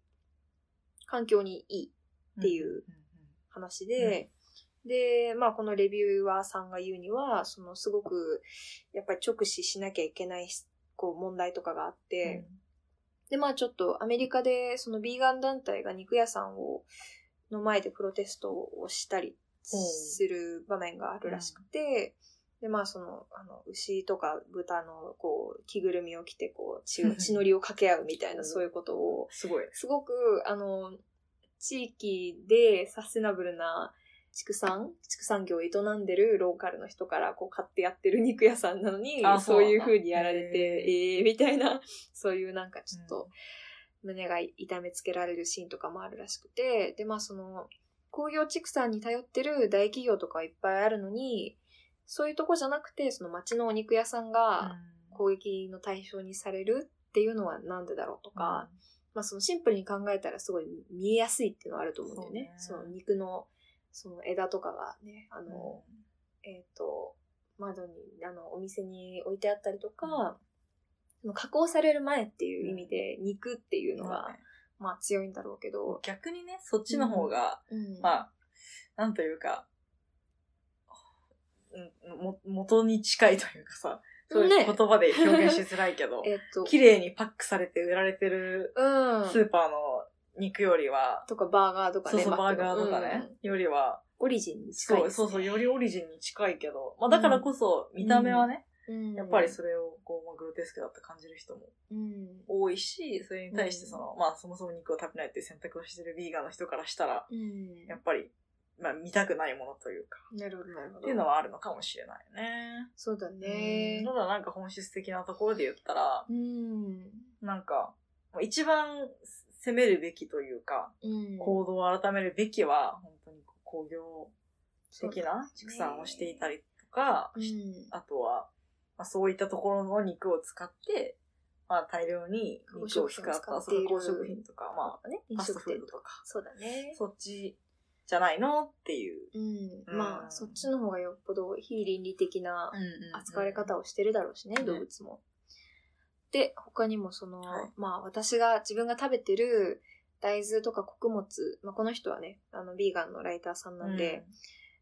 [SPEAKER 2] 環境にいいっていう
[SPEAKER 1] うん
[SPEAKER 2] 話で、で、まあ、このレビューアーさんが言うには、その、すごく、やっぱり直視しなきゃいけないし、こう、問題とかがあって、
[SPEAKER 1] うん
[SPEAKER 2] で、まあちょっとアメリカでそのビーガン団体が肉屋さんを、の前でプロテストをしたりする場面があるらしくて、で、まあその、あの、牛とか豚のこう、着ぐるみを着て、こう、血を血のりを掛け合うみたいな、そういうことを、
[SPEAKER 1] すごい。
[SPEAKER 2] すごく、あの、地域でサステナブルな畜産、畜産業を営んでるローカルの人からこう買ってやってる肉屋さんなのに
[SPEAKER 1] あ、
[SPEAKER 2] そういう
[SPEAKER 1] そうなんだ
[SPEAKER 2] 風にやられて、
[SPEAKER 1] へ
[SPEAKER 2] ええーみたいな、 そういうなんかちょっと胸が痛めつけられるシーンとかもあるらしくて、で、まあその、工業畜産に頼ってる大企業とかいっぱいあるのに、そういうとこじゃなくて、その町のお肉屋さんが攻撃の対象にされるっていうのはなんでだろうとか、まあ、そのシンプルに考えたらすごい見えやすいっていうのはあると思うんだよね。そ
[SPEAKER 1] そうね
[SPEAKER 2] の肉のその枝とかがね、あ
[SPEAKER 1] うん、
[SPEAKER 2] の、えっ、と、窓に、あの、お店に置いてあったりとか、その加工される前っていう意味で肉っていうのが、
[SPEAKER 1] まあね
[SPEAKER 2] まあ強いんだろうけど、
[SPEAKER 1] 逆にね、そっちの方が、
[SPEAKER 2] うん
[SPEAKER 1] まあ、なんというか、うんも元に近いというかさ、そういう言
[SPEAKER 2] ね
[SPEAKER 1] 葉で表現しづらいけ ど、
[SPEAKER 2] えっ、と、
[SPEAKER 1] 綺麗にパックされて売られてるス
[SPEAKER 2] うん。
[SPEAKER 1] ーパーの肉よりは、
[SPEAKER 2] とかバーガーとか
[SPEAKER 1] そう
[SPEAKER 2] ね。
[SPEAKER 1] そう、
[SPEAKER 2] マ
[SPEAKER 1] バ
[SPEAKER 2] ッ
[SPEAKER 1] ー
[SPEAKER 2] クの
[SPEAKER 1] ガーとかね、
[SPEAKER 2] うん
[SPEAKER 1] よりは、
[SPEAKER 2] オリジンに近い
[SPEAKER 1] そう、
[SPEAKER 2] です
[SPEAKER 1] そ
[SPEAKER 2] ね、
[SPEAKER 1] うそう、よりオリジンに近いけど、まあだからこそ、見た目はね、
[SPEAKER 2] うん
[SPEAKER 1] やっぱりそれを、こう、まあ、グロテスクだと感じる人も
[SPEAKER 2] うん。
[SPEAKER 1] 多いし、それに対してその、まあそもそも肉を食べないっていう選択をしてるビーガンの人からしたら、
[SPEAKER 2] うん。
[SPEAKER 1] やっぱり、まあ見たくないものというか、
[SPEAKER 2] なるほど、なるほど。
[SPEAKER 1] っていうのはあるのかもしれないね。
[SPEAKER 2] そうだ
[SPEAKER 1] う
[SPEAKER 2] ね
[SPEAKER 1] ん。ただなんか本質的なところで言ったら、
[SPEAKER 2] うん。
[SPEAKER 1] なんか、一番責めるべきというか、
[SPEAKER 2] うん。
[SPEAKER 1] 行動を改めるべきは、本当にこう工業
[SPEAKER 2] そう
[SPEAKER 1] 的な畜産をしていたりとか、
[SPEAKER 2] うん、
[SPEAKER 1] あとは、まあ、そういったところの肉を使って、まあ、大量に肉を使った
[SPEAKER 2] 加工食品を使ってい
[SPEAKER 1] 加
[SPEAKER 2] る
[SPEAKER 1] 工食品とか、まあ、
[SPEAKER 2] ね、飲
[SPEAKER 1] ファスト
[SPEAKER 2] 食
[SPEAKER 1] フー
[SPEAKER 2] 店
[SPEAKER 1] ドとか、
[SPEAKER 2] そうだね。
[SPEAKER 1] そっちじゃないのっていう。
[SPEAKER 2] うん。
[SPEAKER 1] うん
[SPEAKER 2] まあ、そっちの方がよっぽど非倫理的な扱われ方
[SPEAKER 1] を。
[SPEAKER 2] をしてるだろうしね、
[SPEAKER 1] うん
[SPEAKER 2] 動物も。で、他にもその、
[SPEAKER 1] はい
[SPEAKER 2] まあ、私が、自分が食べてる大豆とか穀物、まあ、この人はね、あの、ビーガンのライターさんなんで、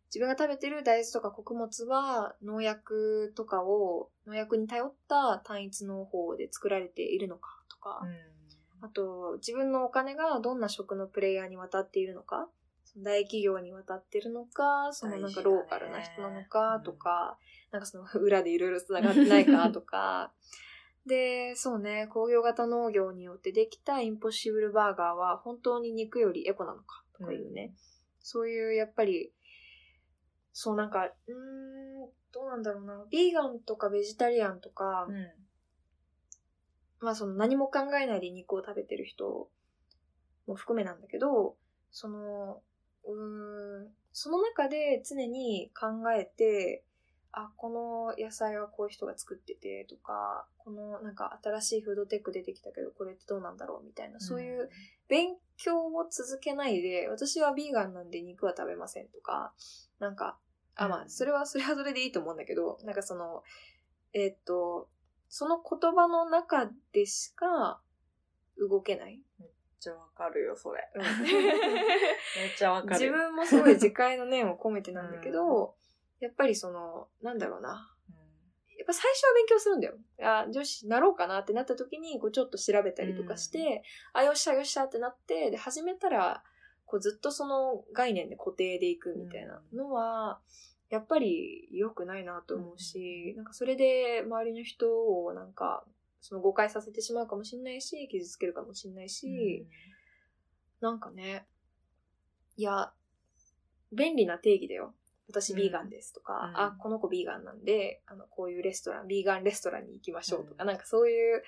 [SPEAKER 2] 自分が食べてる大豆とか穀物は農薬とかを、農薬に頼った単一農法で作られているのかとか、
[SPEAKER 1] うん、
[SPEAKER 2] あと、自分のお金がどんな食のプレイヤーに渡っているのか、その大企業に渡ってるのか、そのなんか
[SPEAKER 1] 大事だね
[SPEAKER 2] ローカルな人なのかとか、なんかその 裏でいろいろ繋がってないかと か、で、そうね、工業型農業によってできたインポッシブルバーガーは本当に肉よりエコなのかとかいうね、そういうやっぱり、そうなんか、うーん、どうなんだろうな、ビーガンとかベジタリアンとか、
[SPEAKER 1] うん。
[SPEAKER 2] まあその何も考えないで肉を食べてる人も含めなんだけど、その、うーん、その中で常に考えて、あ、この野菜はこういう人が作っててとか、このなんか新しいフードテック出てきたけどこれってどうなんだろうみたいな、そういう勉強を続けないで、私はビーガンなんで肉は食べませんとか、なんか、あ、まあ
[SPEAKER 1] う、ん
[SPEAKER 2] それは、 それはそれでいいと思うんだけど、なんかその、えーっと、その言葉の中でしか動けない。
[SPEAKER 1] めっちゃわかるよ、それ。
[SPEAKER 2] うん
[SPEAKER 1] めっちゃわかる。
[SPEAKER 2] 自分もすごい自戒の念を込めてなんだけど、やっぱりその、なんだろうな。やっぱ最初は勉強するんだよ。あ、女子なろうかなってなった時に、こうちょっと調べたりとかして、あ、よっしゃよっしゃってなって、で、始めたら、こうずっとその概念で固定でいくみたいなのは、やっぱり良くないなと思うし、なんかそれで周りの人をなんか、その誤解させてしまうかもしれないし、傷つけるかもしれないし、なんかね、いや、便利な定義だよ。私ビーガンですとか、
[SPEAKER 1] うん
[SPEAKER 2] あ、この子ビーガンなんで、あの、こういうレストラン、ビーガンレストランに行きましょうと
[SPEAKER 1] う
[SPEAKER 2] か、
[SPEAKER 1] ん
[SPEAKER 2] なんかそういう、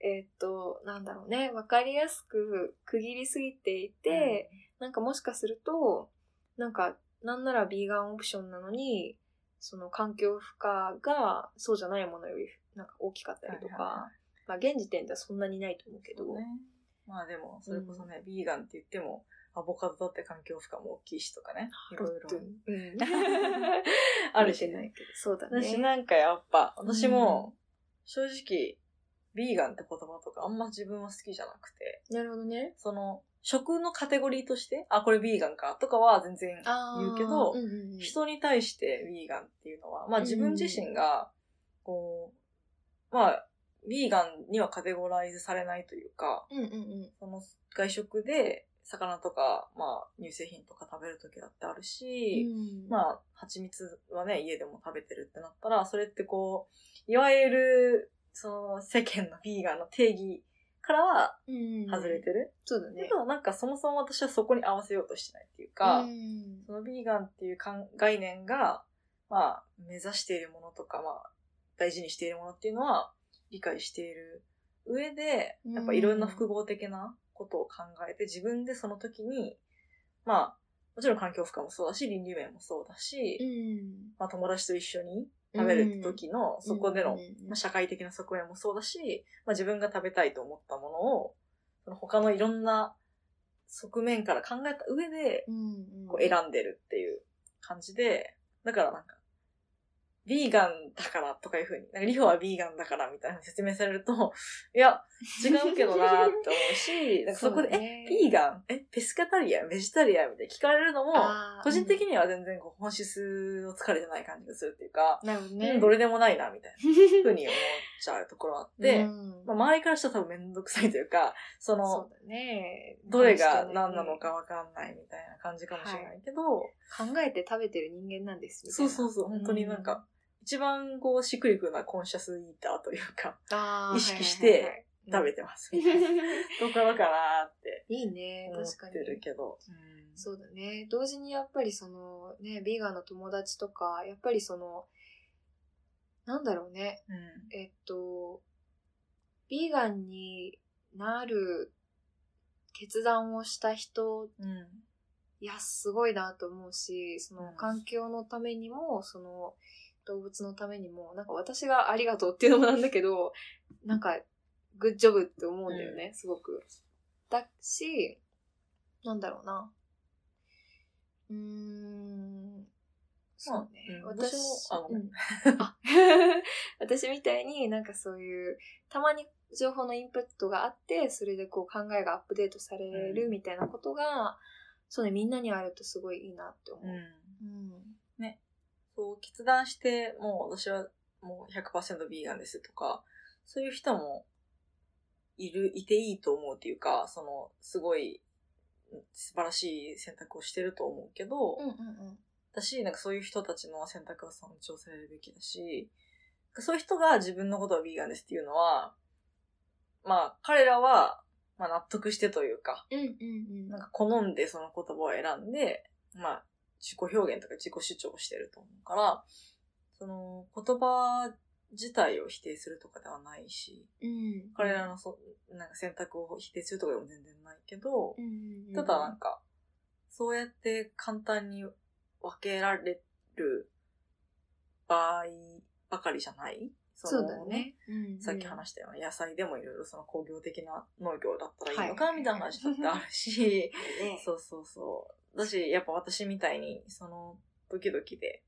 [SPEAKER 2] えーっと、なんだろうね、わかりやすく区切りすぎていて、なんかもしかすると、なんか、なんならビーガンオプションなのに、その環境負荷がそうじゃないものより、なんか大きかったりと
[SPEAKER 1] はいはいは
[SPEAKER 2] か、まあ現時点ではそんなにないと思うけど、
[SPEAKER 1] そうねまあでも、それこそね、ビーガンって言っても、アボカドだって環境負荷も大きいしとかね。いろいろ
[SPEAKER 2] ロッ。ドゥンうん。 あるしないけど。そうだ
[SPEAKER 1] 私
[SPEAKER 2] ね。
[SPEAKER 1] なんかやっぱ、私も、正直、ビーガンって言葉とかあんま自分は好きじゃなくて、
[SPEAKER 2] なるほどね。
[SPEAKER 1] その、食のカテゴリーとして、あ、これビーガンかとかは全然、
[SPEAKER 2] あー
[SPEAKER 1] 言うけど
[SPEAKER 2] んうんうん
[SPEAKER 1] 人に対してビーガンっていうのは、まあ自分自身が、こう、まあ、ビーガンにはカテゴライズされないというか、
[SPEAKER 2] うんうんうん。
[SPEAKER 1] その外食で魚とか、まあ、乳製品とか食べる時だってあるし、
[SPEAKER 2] あ、
[SPEAKER 1] まあ蜂蜜はね家でも食べてるってなったらそれってこういわゆるその世間のビーガンの定義からは外れて
[SPEAKER 2] る。
[SPEAKER 1] る、
[SPEAKER 2] そうだね
[SPEAKER 1] け。どなんかそもそも私はそこに合わせようとしてないっていうか、
[SPEAKER 2] うん
[SPEAKER 1] そのビーガンっていうかん概念が、まあ、目指しているものとか、まあ、大事にしているものっていうのは理解している上で、やっぱいろんな複合的なことを考えて、自分でその時に、まあ、もちろん環境負荷もそうだし、倫理面もそうだし、
[SPEAKER 2] うん
[SPEAKER 1] まあ友達と一緒に食べる時の、そこでの、
[SPEAKER 2] うんうんうん
[SPEAKER 1] まあ、社会的な側面もそうだし、まあ自分が食べたいと思ったものを、その他のいろんな側面から考えた上で、
[SPEAKER 2] うんうん
[SPEAKER 1] こう選んでるっていう感じで、だからなんか、ビーガンだからとかいうふうに、なんかリホはビーガンだからみたいな説明されると、 いや、違うけどなーって思う し、なんかそこで、え、ビーガンえ、ペスカタリアンベジタリアンみたいな聞かれるのも、
[SPEAKER 2] あー
[SPEAKER 1] 個人的には全然こう本質をつかれてない感じがするっていうか、
[SPEAKER 2] なるほど
[SPEAKER 1] う
[SPEAKER 2] ね。
[SPEAKER 1] んどれでもないなみたいなふうに思っちゃうところあって、
[SPEAKER 2] うん
[SPEAKER 1] まあ、周りからしたら多分めんどくさいというか、その、
[SPEAKER 2] そうだね。
[SPEAKER 1] どれが何なのかわかんないみたいな感じかもしれないけど、
[SPEAKER 2] 考えて食べてる人間なんですみたい
[SPEAKER 1] そう
[SPEAKER 2] な
[SPEAKER 1] そうそう、本当になんか、一番こうしっくりくるのはコンシャスイーターというか、
[SPEAKER 2] あー
[SPEAKER 1] 意識して食
[SPEAKER 2] はいはい
[SPEAKER 1] べてますみたいな
[SPEAKER 2] はいはい
[SPEAKER 1] ところかなーって
[SPEAKER 2] いいね
[SPEAKER 1] 思
[SPEAKER 2] 確か
[SPEAKER 1] っ
[SPEAKER 2] に
[SPEAKER 1] てるけど。
[SPEAKER 2] そうだね同時にやっぱりそのねビーガンの友達とかやっぱりそのなんだろうね
[SPEAKER 1] うん。
[SPEAKER 2] えっとビーガンになる決断をした人
[SPEAKER 1] うん。うん。
[SPEAKER 2] いやすごいなと思うしその
[SPEAKER 1] うん
[SPEAKER 2] 環境のためにもその動物のためにもなんか私がありがとうっていうのもなんだけどなんかグッジョブって思うんだよね、すごく。だしなんだろうなうーんそうね、
[SPEAKER 1] まあうん
[SPEAKER 2] 私
[SPEAKER 1] 私もあごめん
[SPEAKER 2] うん あ 私みたいになんかそういうたまに情報のインプットがあってそれでこう考えがアップデートされるみたいなことが、そうねみんなにあるとすごいいいなって思う。
[SPEAKER 1] うん。
[SPEAKER 2] うん
[SPEAKER 1] そう、決断して、もう私はもう100%ビーガンですとか、そういう人もいる、いていいと思うっていうか、その、すごい素晴らしい選択をしてると思うけど、
[SPEAKER 2] うんうん
[SPEAKER 1] だし、なんかそういう人たちの選択を尊重されるべきだし、そういう人が自分のことをビーガンですっていうのは、まあ彼らは、まあ納得してというか、
[SPEAKER 2] うんうん
[SPEAKER 1] なんか好んでその言葉を選んで、まあ自己表現とか自己主張をしてると思うから、その言葉自体を否定するとかではないし、
[SPEAKER 2] うん
[SPEAKER 1] 彼らのそなんか選択を否定するとかでも全然ないけど、
[SPEAKER 2] うんうんうん
[SPEAKER 1] ただなんか、そうやって簡単に分けられる場合ばかりじゃないそ
[SPEAKER 2] そう
[SPEAKER 1] の
[SPEAKER 2] だね。うんうん
[SPEAKER 1] さっき話したような野菜でもいろいろその工業的な農業だったらいいのかみたいな話だってあるし、
[SPEAKER 2] ね
[SPEAKER 1] そうそうそう。だし、やっぱ私みたいに、その時々で、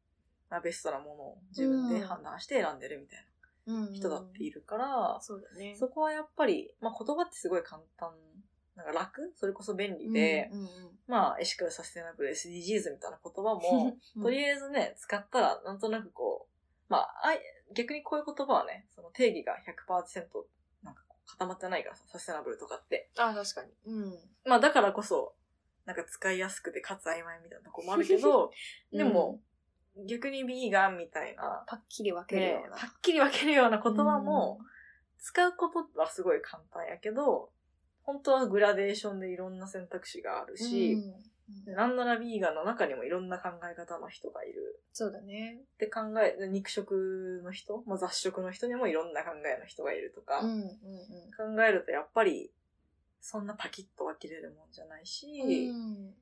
[SPEAKER 1] まあ、ベストなものを自分で判断して選んでるみたい
[SPEAKER 2] うんう
[SPEAKER 1] なん人だっているから、
[SPEAKER 2] そうだね。
[SPEAKER 1] そこはやっぱり、まあ、言葉ってすごい簡単、なんか楽それこそ便利で、
[SPEAKER 2] うんうん
[SPEAKER 1] まあ、エシカルサステナブル SDGs みたいな言葉
[SPEAKER 2] うん
[SPEAKER 1] も、 とりあえずね、使ったらなんとなくこう、まあ、あい逆にこういう言葉はね、その定義が100%なんかこう固まってないからさ、サステナブルとかって。
[SPEAKER 2] あ確かに。うん。
[SPEAKER 1] まあ、だからこそ、なんか使いやすくてかつ曖昧みたいなとこもあるけど、でも、逆にビーガンみたいな、
[SPEAKER 2] パッキリ分けるよ
[SPEAKER 1] ね
[SPEAKER 2] う、な。
[SPEAKER 1] はっきり分けるような言葉も、使うことはすごい簡単やけど、本当はグラデーションでいろんな選択肢がある
[SPEAKER 2] うん
[SPEAKER 1] し、
[SPEAKER 2] うん
[SPEAKER 1] でなんならビーガンの中にもいろんな考え方の人がいる。
[SPEAKER 2] そうだね。
[SPEAKER 1] で考え、肉食の人、まあ、雑食の人にもいろんな考えの人がいるとか、
[SPEAKER 2] うんうんうん。
[SPEAKER 1] 考えるとやっぱり、そんなパキッと分けれるもんじゃないし、うん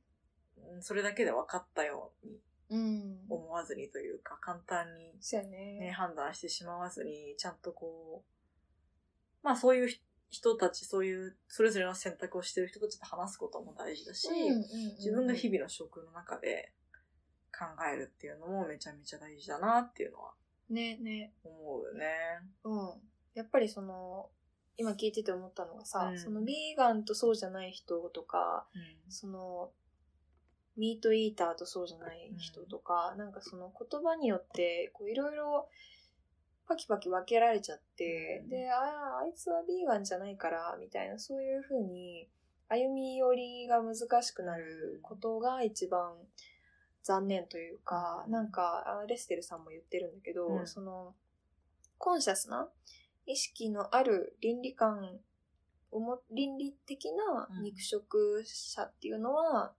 [SPEAKER 1] それだけで分かったように
[SPEAKER 2] うん。うん。
[SPEAKER 1] 思わずにというか、簡単に
[SPEAKER 2] そうやね。
[SPEAKER 1] ね、判断してしまわずに、ちゃんとこう、まあそういうひ人たち、そういう、それぞれの選択をしてる人たちと話すことも大事だし、自分が日
[SPEAKER 2] 々。
[SPEAKER 1] 々の職の中で考えるっていうのもめちゃめちゃ大事だなっていうのは
[SPEAKER 2] ねね。
[SPEAKER 1] 思うよね。
[SPEAKER 2] うん。やっぱりその、今聞いてて思ったのがさ、
[SPEAKER 1] うん
[SPEAKER 2] そのビーガンとそうじゃない人とか、そのミートイーターとそうじゃない人とか、なんかその言葉によってこういろいろパキパキ分けられちゃって、
[SPEAKER 1] うん
[SPEAKER 2] であああいつはビーガンじゃないからみたいなそういうふうに歩み寄りが難しくなることが一番残念というか、
[SPEAKER 1] うん
[SPEAKER 2] なんかあレステルさんも言ってるんだけど、
[SPEAKER 1] うん
[SPEAKER 2] そのコンシャスな意識のある倫理観をも倫理的な肉食者っていうのは、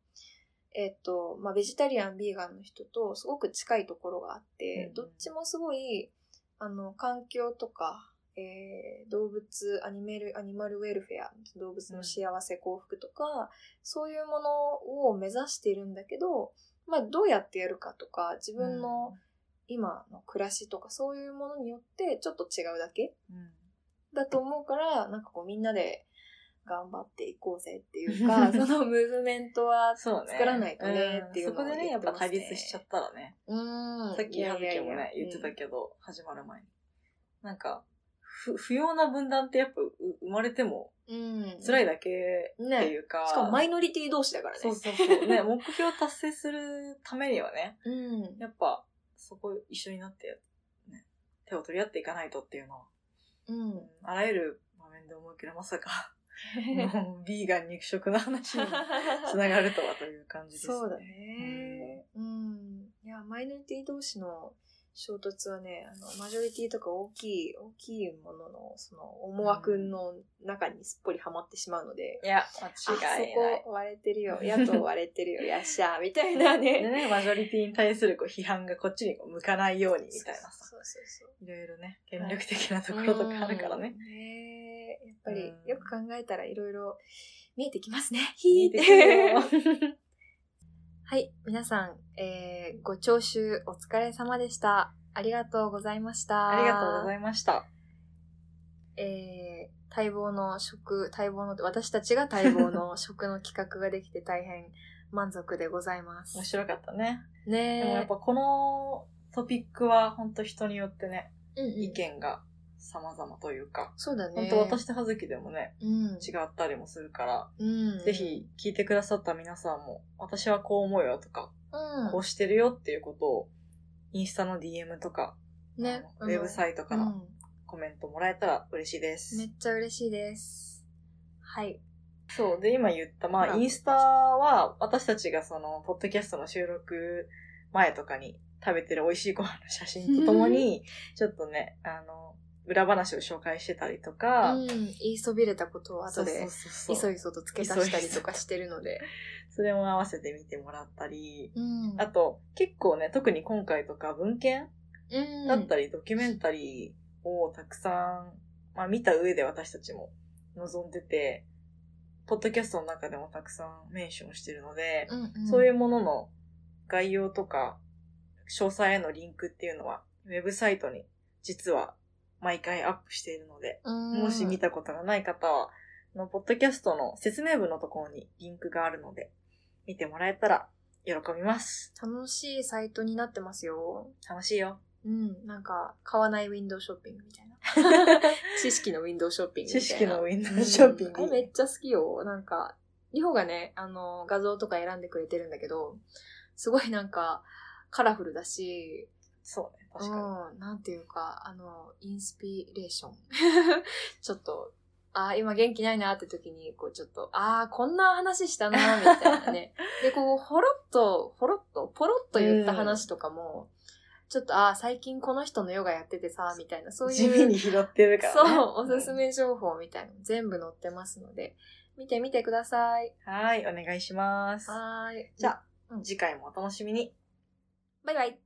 [SPEAKER 2] えっ、と、まあ、ベジタリアン、ビーガンの人とすごく近いところがあって、
[SPEAKER 1] うん
[SPEAKER 2] どっちもすごい、あの、環境とか、えー動物、アニメル、アニマルウェルフェア、動物の幸せ、幸福とか、そういうものを目指しているんだけど、まあ、どうやってやるかとか、自
[SPEAKER 1] 自
[SPEAKER 2] 分の、今の暮らしとか、そういうものによって、ちょっと違うだけ
[SPEAKER 1] うん
[SPEAKER 2] だと思うから、なんかこうみんなで頑張っていこうぜってい うか、そのムーブメントは
[SPEAKER 1] そうね。
[SPEAKER 2] 作らないとねっていう
[SPEAKER 1] そ
[SPEAKER 2] の
[SPEAKER 1] こ
[SPEAKER 2] を
[SPEAKER 1] でね、
[SPEAKER 2] 言
[SPEAKER 1] や
[SPEAKER 2] っ
[SPEAKER 1] ってぱ
[SPEAKER 2] ます
[SPEAKER 1] 対立しちゃったらね、
[SPEAKER 2] うん。
[SPEAKER 1] さっき
[SPEAKER 2] いや
[SPEAKER 1] ハブ
[SPEAKER 2] いやい
[SPEAKER 1] ケ
[SPEAKER 2] や
[SPEAKER 1] もね、言ってた
[SPEAKER 2] ど。
[SPEAKER 1] けど、始まる前に。なんか、不不要な分断ってやっぱう生まれても
[SPEAKER 2] うん。
[SPEAKER 1] 辛い
[SPEAKER 2] だ
[SPEAKER 1] だけっていうか、
[SPEAKER 2] しかもマイノリティ同士だからね。
[SPEAKER 1] そうそうそう。ね、 目標達成するためにはね、
[SPEAKER 2] うん。
[SPEAKER 1] やっぱ、そこ一緒になって、ね、手を取り合っていかないとっていうのは、
[SPEAKER 2] うん。
[SPEAKER 1] うんあらゆる場面で思いけどまさ か、もうビーガン肉食の話につながるとはという感じです、
[SPEAKER 2] そうだ。ね。うん。いや、マイノリティ同士の衝突はね、あの、マジョリティとか大きい、大きいものの、その、思惑の中にすっぽりはまってしまうので、
[SPEAKER 1] いや、
[SPEAKER 2] あ
[SPEAKER 1] 間違いない
[SPEAKER 2] そ。こ割れてる よ、野党割れてるよ、やっしゃー、み たいなね。
[SPEAKER 1] でね、マジョリティに対するこう批判がこっちにこう向かないようにみたいなさ、
[SPEAKER 2] そうそうそう。
[SPEAKER 1] いろいろね、権力的なところとかあるからね。
[SPEAKER 2] うん。ねえやっぱり
[SPEAKER 1] うん
[SPEAKER 2] よく考えたらいろいろ見えてきますね。
[SPEAKER 1] い
[SPEAKER 2] ひ
[SPEAKER 1] い
[SPEAKER 2] ーっ
[SPEAKER 1] ですよ
[SPEAKER 2] て。 はい、皆さん、えー、ご聴取お疲れ様でした。ありがとうございました。
[SPEAKER 1] ありがとうござ
[SPEAKER 2] い
[SPEAKER 1] いました。
[SPEAKER 2] ます。えー、待望の食、待望の、私たちが待望の食の企画ができて大変満足でございます
[SPEAKER 1] 面。白かったね。でもや
[SPEAKER 2] ね
[SPEAKER 1] っぱこのトピックは本当人によってね、
[SPEAKER 2] え、うんうん
[SPEAKER 1] 意見が様々というか、
[SPEAKER 2] そうだね。
[SPEAKER 1] 本当私と葉月でもね、
[SPEAKER 2] うん、
[SPEAKER 1] 違ったりもするから、
[SPEAKER 2] うん、
[SPEAKER 1] ぜひ聞いてくださった皆さんも、私はこう思うよとか、
[SPEAKER 2] うん、
[SPEAKER 1] こうしてるよっていうことを、インスタの DM とか、
[SPEAKER 2] ね
[SPEAKER 1] あ、のウェブサイトから
[SPEAKER 2] うん
[SPEAKER 1] コメントもらえたら嬉しいです。
[SPEAKER 2] めっちゃ嬉しいです。はい。
[SPEAKER 1] そう。で、今言った、まあ、
[SPEAKER 2] まあ
[SPEAKER 1] インスタは、私たちがその、ポッドキャストの収録前とかに食べてる美味しいご飯の写真とともに、ちょっとね、あの、裏話を紹介してたりとか、
[SPEAKER 2] うん、言いそびれたことを後
[SPEAKER 1] そ
[SPEAKER 2] で、
[SPEAKER 1] うそうそ。
[SPEAKER 2] いそういそと付け足したりとかしてるので。
[SPEAKER 1] それも合わせて見てもらったり、
[SPEAKER 2] うん
[SPEAKER 1] あと、結構ね、特に今回とか文献
[SPEAKER 2] うん
[SPEAKER 1] だったり、ドキュメンタリーをたくさん、まあ見た上で私たちも望んでて、ポッドキャストの中でもたくさんメンションしてるので、
[SPEAKER 2] うんうん、
[SPEAKER 1] そういうものの概要とか、詳細へのリンクっていうのは、ウェブサイトに実は毎回アップしているので、
[SPEAKER 2] うん、
[SPEAKER 1] もし見たことがない方は、あのポッドキャストの説明文のところにリンクがあるので、見てもらえたら喜びます。
[SPEAKER 2] 楽しいサイトになってますよ。
[SPEAKER 1] 楽しい よ。
[SPEAKER 2] うん、なんか、買わないウィンドウショッピングみ たいな。知識のウィンドウショッピングみたい
[SPEAKER 1] 知
[SPEAKER 2] な。
[SPEAKER 1] 識のウィンド
[SPEAKER 2] う
[SPEAKER 1] ウ
[SPEAKER 2] ん
[SPEAKER 1] ショッピン
[SPEAKER 2] あれ
[SPEAKER 1] グ
[SPEAKER 2] め。っちゃ好きよ。なんか、リホがね、あの、画像とか選んでくれてるんだけど、すごいなんか、カラフルだし、
[SPEAKER 1] そうね、確か
[SPEAKER 2] うん、なんていうか、あの、インスピレ ーション。ちょっと、ああ、今元気ないなって時に、こうちょっと、ああ、こんな話したな、み たいなね。で、こう、ほろっと、ほろっと、ポロっと言った話とかも、ちょっと、ああ、最近この人のヨガやっててさ、みたいな、そういう。
[SPEAKER 1] 地味に拾ってるから、ね。
[SPEAKER 2] そう、おすすめ情報みたいなの全部載ってますので、見てみてください。
[SPEAKER 1] はい、お願いします。
[SPEAKER 2] はーい。
[SPEAKER 1] じゃあ、
[SPEAKER 2] うん
[SPEAKER 1] 次回もお楽しみに。
[SPEAKER 2] バイバイ。